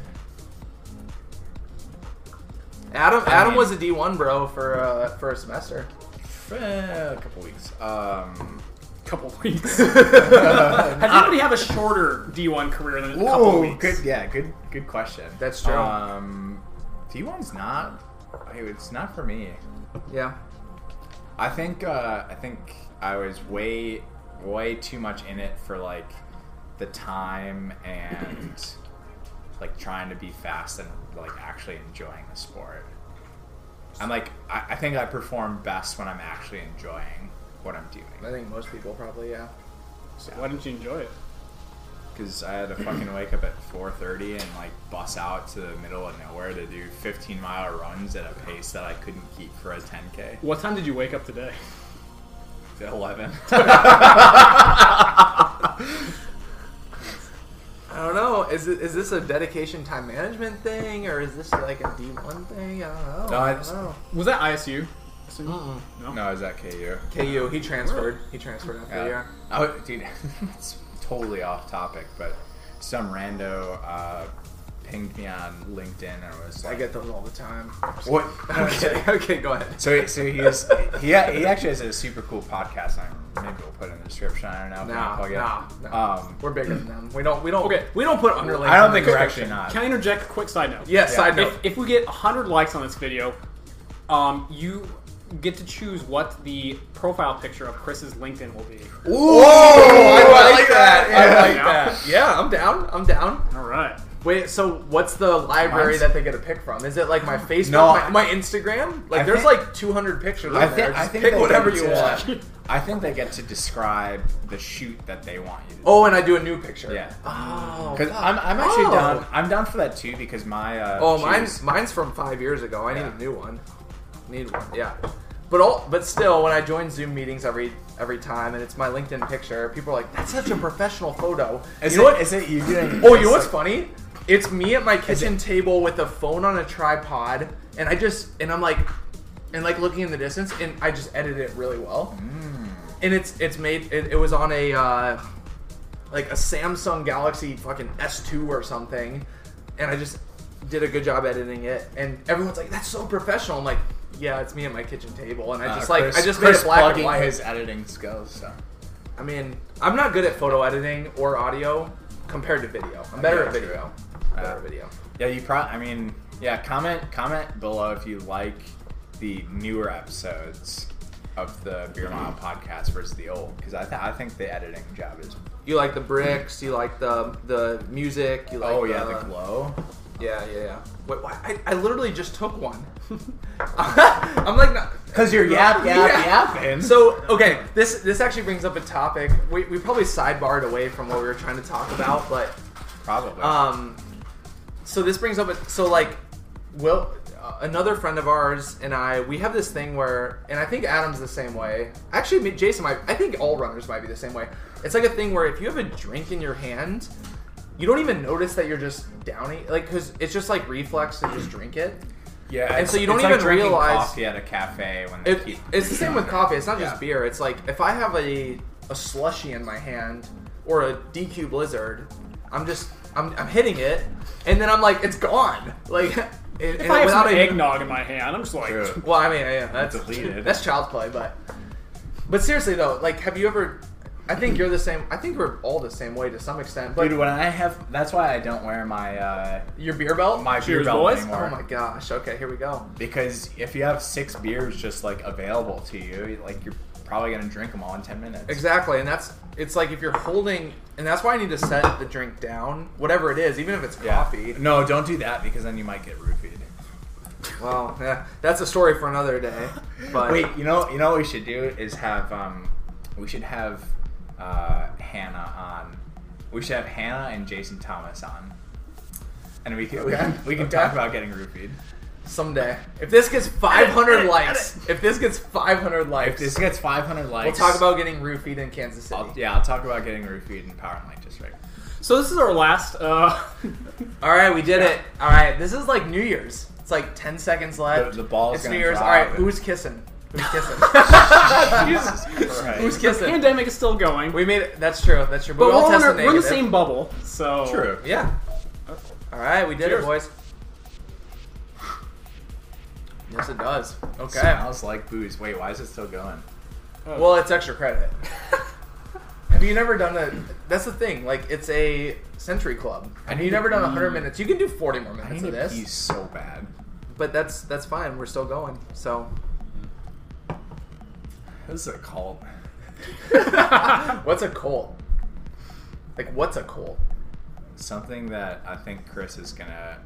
Adam
I
Adam
mean-
was a D1 bro for uh, for a semester.
Eh, a couple weeks. Um,
couple weeks. Has anybody have a shorter D1 career than a couple
Ooh,
weeks?
Good, yeah, good, good question.
That's true.
Um, D1's not. I- It's not for me.
Yeah.
I think. Uh, I think I was way, way too much in it for like the time and like trying to be fast and like actually enjoying the sport. I'm like, I, I think I perform best when I'm actually enjoying what I'm
I
doing.
think most people probably, yeah.
So why didn't you enjoy it?
Because I had to fucking wake up at 4:30 and like bus out to the middle of nowhere to do 15 mile runs at a pace that I couldn't keep for a 10k.
What time did you wake up today?
At 11.
is this a dedication time management thing or is this like a D one thing? I don't know.
No, I
don't
just-
know.
Was that ISU?
Mm-mm.
No, is that KU?
KU, he transferred. He transferred after
Yeah.
the year.
I would, dude, it's totally off topic, but some rando uh, pinged me on LinkedIn and was
I
like,
get those all the time.
"What?"
Okay, okay, go ahead.
So, he- so he is. He, he actually has a super cool podcast. I maybe we'll put it in the description. I don't know. if we can
No,
plug it.
no, no.
Um,
We're bigger than them. We don't. We don't.
Okay.
We don't put underlings.
I don't
on
think
the
we're
description.
actually not.
Can I interject a quick side note?
Yes.
Yeah.
Side note.
If, if we get 100 likes on this video, um, you get to choose what the profile picture of Chris's LinkedIn will be.
Ooh,
I like that. I like
Yeah.
that.
Yeah, I'm down. I'm down.
All right.
Wait, so what's the library
Mine's-
that they get a pick from? Is it like my Facebook,
No, I-
my, my Instagram? Like,
I
there's
think-
like 200 pictures.
I
on there.
think, I
Just
think
pick
they
whatever
get
you
to-
want.
I think they get to describe the shoot that they want you to.
Oh, and I do a new picture.
Yeah.
Oh.
Because
fuck.
I'm, I'm actually
Oh.
down. I'm down for that too because my. Uh,
Oh,
shoes-
mine's mine's from five years ago. I need
Yeah.
a new one. Need one. Yeah. But all, but still, when I join Zoom meetings every every time, and it's my LinkedIn picture, people are like, "That's such a professional photo."
Is
you know
it-
what?
Is it you doing?
Oh, you
it's
know what's
like-
funny? It's me at my kitchen table with a phone on a tripod, and I just and I'm like, and like looking in the distance, and I just edit it really well.
Mm.
And it's it's made. It, it was on a uh, like a Samsung Galaxy fucking S2 or something, and I just did a good job editing it. And everyone's like, "That's so professional." I'm like, "Yeah, it's me at my kitchen table," and I
Uh,
just like
Chris-
I just made
Chris
it black and
plugging
white.
his editing skills. So.
I mean, I'm not good at photo editing or audio compared to video. I'm better
Yeah.
at video. I'm better
Uh,
at video.
Yeah, you probably. I mean, yeah. Comment comment below if you like the newer episodes of the Beer Mile podcast versus the old because I, th- I think the editing job is.
You like the bricks. You like the the music. You like uh,
oh yeah,
the,
the glow.
yeah, yeah, yeah. Wait, why? I, I literally just took one. I'm like, not,
Because you're yap yap yapping.
So okay, this this actually brings up a topic. We we probably sidebarred away from what we were trying to talk about, but
probably.
Um, so this brings up a, so like, Will, uh, another friend of ours and I, we have this thing where, and I think Adam's the same way. Actually, me- Jason might. I think all runners might be the same way. It's like a thing where if you have a drink in your hand, you don't even notice that you're just downing, like, because it's just like reflex to just drink it.
yeah,
and
it's-
so you don't
it's like
even
drinking
realize-
coffee at a cafe when they
It,
keep
it's the same with coffee. It's not
Yeah.
just beer. It's like if I have a a slushy in my hand or a DQ Blizzard, I'm just I'm, I'm hitting it, and then I'm like it's gone. Like it,
If
and
I have
without
some
a-
eggnog in my hand, I'm just like,
True.
Well, I mean, yeah, that's
Deleted.
that's child's play, but but seriously though, like have you ever? I think you're the same. I think we're all the same way to some extent. But
Dude, when I have, that's why I don't wear my uh,
your beer belt,
my beer
Cheers,
belt
boys.
anymore.
oh my gosh. Okay, here we go.
Because if you have six beers just like available to you, like you're probably gonna drink them all in ten minutes.
Exactly, and that's it's like if you're holding, and that's why I need to set the drink down, whatever it is, even if it's
Yeah.
coffee.
No, don't do that because then you might get roofied.
Well, yeah, that's a story for another day. But
Wait, you know, you know what we should do is have um, we should have uh, Hannah on. We should have Hannah and Jason Thomas on, and we can we
Okay.
can, we can
Okay.
talk about getting roofied.
someday, if this gets 500 likes, if this gets 500
If
likes,
this gets 500
we'll
likes,
talk about getting roofied in Kansas City.
I'll, yeah, I'll talk about getting roofied in Power and Light District.
so this is our last. Uh,
All right, we did it. All right, this is like New Year's. It's like 10 seconds left.
The- the ball's
It's
gonna
New Year's.
drop
All right,
and-
who's kissing? Who's kissing?
Jesus.
Right.
who's
The
kissing?
pandemic is still going,
We made it. That's true. That's true. But,
but
we all
we're,
tested
in, a- we're in the
negative.
same bubble. So
True.
Yeah. All right, we did
Cheers.
it, boys. Yes, it does. Okay.
Smells like booze. Wait, why is it still going?
Oh.
Well, it's extra credit. Have you never done a? That's the thing. Like, it's a century club. Have
need
you never
to
done hundred
pee.
minutes? You can do forty more
I
minutes
need
of
to
this,
pee so bad.
but that's that's fine. We're still going. So,
This is a cult.
what's a cold? Like, what's a cold?
Something that I think Chris is gonna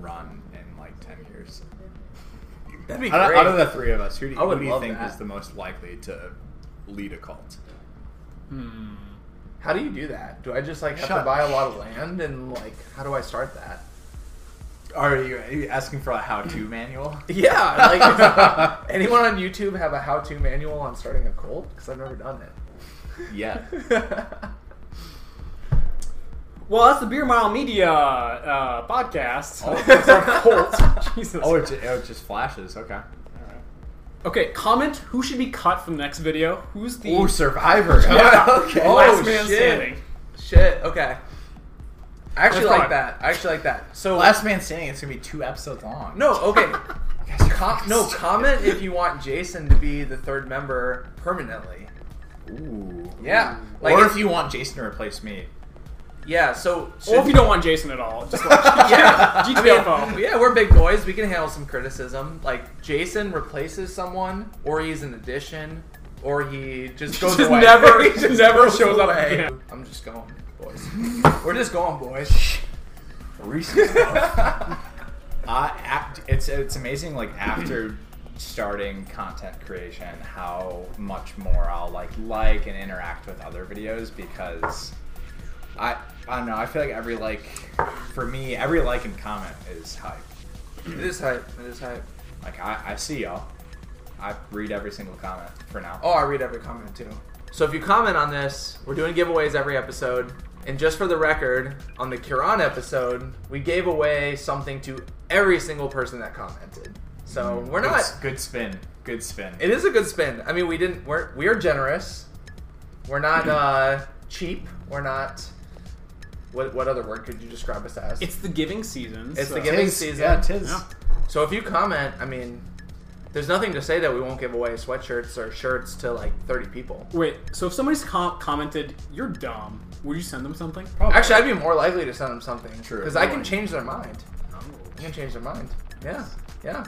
run in like ten years.
That'd be great.
Out, of- out of the three of us, who do,
I would
who do you
love
think
that.
is the most likely to lead a cult?
Hmm.
How do you do that? Do I just like have
Shut-
to buy a lot of land and like how do I start that?
Are you, are you asking for a how-to manual?
Yeah, like if- anyone on YouTube have a how-to manual on starting a cult? Because I've never done
Yeah.
it.
Well, that's the Beer Mile Media uh, podcast.
Oh.
It's cold. Jesus.
Oh, it, ju- oh, it just flashes. Okay.
Okay, comment who should be cut from the next video. Who's the
Ooh, Survivor.
okay.
last
Oh,
man
shit.
standing?
Shit. Okay. I actually
That's
like
fine.
that. I actually like that. So
Last Man Standing. It's gonna be two episodes long.
no. Okay. Com- no comment if you want Jason to be the third member permanently.
Ooh.
Yeah. Like
Like or
if-
if you want Jason to replace me.
yeah. So
Or if you don't want Jason at all, just like
yeah.
GTFO.
Yeah, we're big boys. We can handle some criticism. Like Jason replaces someone, or he's an addition, or he just goes
Just
away.
never-
He just
never
goes
shows up
away.
again.
I'm just going, boys. we're just going, boys.
Reese's I act, Uh, it's it's amazing like after starting content creation how much more I'll like like and interact with other videos because I I don't know I feel like every like for me every like and comment is hype
It is hype. It is hype.
like I, I see y'all I read every single comment for now
Oh, I read every comment too. So if you comment on this, we're doing giveaways every episode. And just for the record, on the Kiran episode, we gave away something to every single person that commented. So we're
good,
not.
s- good spin good spin
It is a good spin. I mean, we didn't. We're we are generous. We're not uh, cheap. We're not. What what other word could you describe us as?
It's the giving season.
It's the
so-
giving-
Tis,
season.
yeah tis
Yeah.
so if you comment, I mean, there's nothing to say that we won't give away sweatshirts or shirts to like 30 people.
Wait, so if somebody's com- commented, "You're dumb," would you send them something?
Probably.
Actually, I'd be more likely to send them something
True.
because I can change their mind. I
Oh.
can change their mind. Yeah, yeah.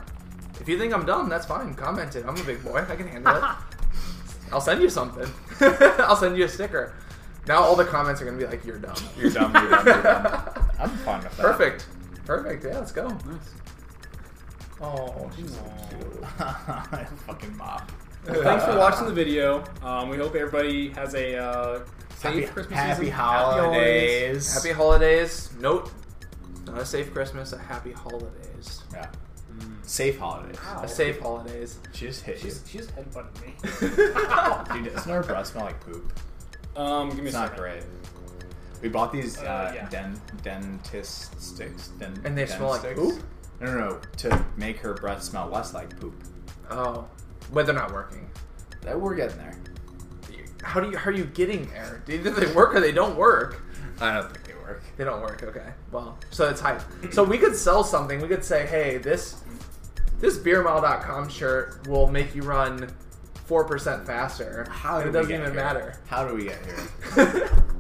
If you think I'm dumb, that's fine. Comment it. I'm a big boy. I can handle it. I'll send you something. I'll send you a sticker. Now all the comments are gonna be like, "You're dumb."
you're dumb you're dumb you're dumb I'm fine with that
Perfect. Perfect. Yeah, let's go.
Nice.
Oh, she's
fucking mop
Thanks for watching the video. Um, we hope everybody has a uh, safe
Happy,
Christmas
happy
season.
holidays.
happy holidays. Nope. Not a safe Christmas. A happy holidays.
Yeah. Safe holidays.
A safe holidays.
She just hit you.
She's, she's headbutted me.
Dude, doesn't her breath smell like poop?
Um, give me
It's
a
not
second.
great. We bought these uh,
Uh, yeah.
den- dentist sticks. Den-
And they
den
smell like
sticks.
poop?
No, no, no. To make her breath smell less like poop.
Oh, but they're not working.
That we're getting there.
How do you? How are you getting there? Either they work or they don't work.
I don't think they work.
They don't work. Okay. Well, so it's hype. So we could sell something. We could say, hey, this this beermile.com shirt will make you run four percent faster. and it
did we
doesn't
get
even
here?
matter.
How do we get here?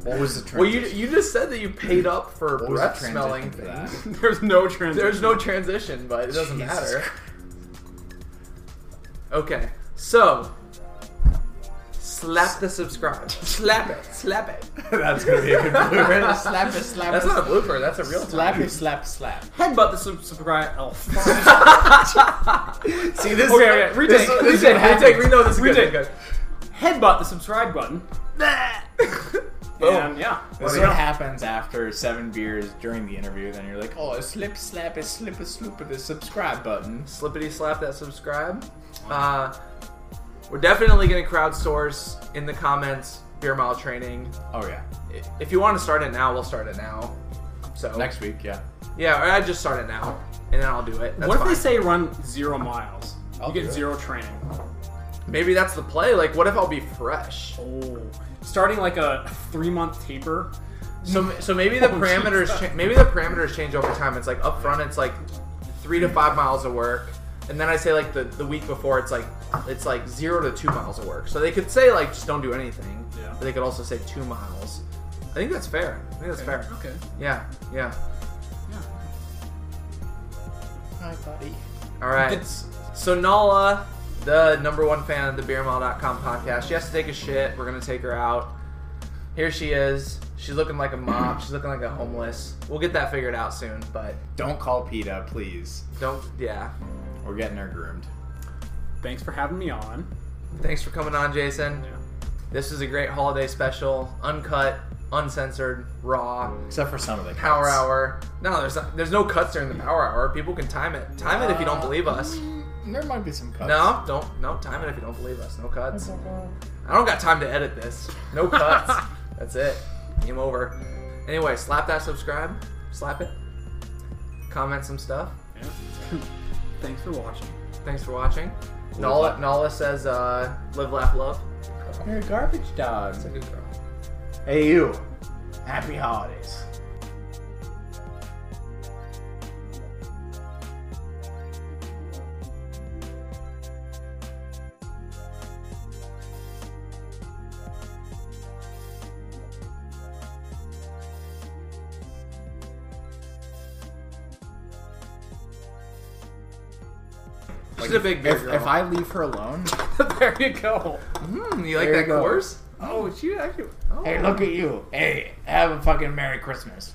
What was the
well, you
transition?
you just said that you paid up for
What was the
breath
transition
smelling
for that?
things.
There's no transition.
There's no transition, but it doesn't
Jesus
matter.
Christ.
Okay. So slap the subscribe. slap it. Slap it.
That's gonna be a good blooper. slap it,
That's
slap
not a blooper. That's a real
Slap it, slap, slap.
headbutt the sub- subscribe. Oh, fuck.
See this?
Okay, okay, retake,
this- this is what
Retake, retake,
happens.
we know this is good.
Retake.
good.
headbutt the subscribe button.
Boom.
And yeah.
This is what happens after seven beers during the interview. Then you're like, oh, a slip, slap, a slip, a sloop of the subscribe button.
slippity slap that subscribe. Uh, we're definitely going to crowdsource in the comments beer mile training.
Oh yeah,
I- If you want to start it now, we'll start it now. So
next week, yeah.
yeah, or I just start it now, and then I'll do it. That's
what if
fine.
they say run zero miles?
I'll
you
do
get
it.
zero training.
Maybe that's the play. Like, what if I'll be fresh?
Oh. Starting like a three month taper.
So so maybe the
Oh,
parameters
Jesus.
cha- maybe the parameters change over time. It's like up front, it's like three to five miles of work, and then I say like the, the week before, it's like it's like zero to two miles of work. So they could say like just don't do anything.
Yeah.
But they could also say two miles. I think that's fair. I think that's fair.
Okay.
Yeah, yeah.
Yeah.
Hi, buddy.
All right.
It's-
So Nala, the number one fan of the BeerMall.com podcast, she has to take a shit. We're gonna take her out. Here she is. She's looking like a mom. She's looking like a homeless. We'll get that figured out soon, but
Don't call PETA, please.
don't. Yeah.
We're getting her groomed.
Thanks for having me on.
Thanks for coming on, Jason. This is a great holiday special, uncut, uncensored, raw.
Except for some of the
Power
cuts.
hour. No, there's not, there's no cuts during the power hour. People can time it. Time it if you don't believe us.
Mm, There might be some cuts.
No, don't no time it if you don't believe us. No cuts. I don't got time to edit this. No cuts. That's it. Game over. Anyway, slap that subscribe, slap it, comment some stuff.
Yeah. Thanks for watching.
Thanks for watching. Nala,
laugh.
Nala says, uh, "Live, laugh, love."
You're a garbage dog.
It's a new girl.
Hey, you. Happy holidays.
She's a big beer
If,
girl.
if I leave her alone,
there you go.
Hmm, you like
There you
that
go.
course?
Oh, she actually.
hey, look at you. Hey, have a fucking Merry Christmas.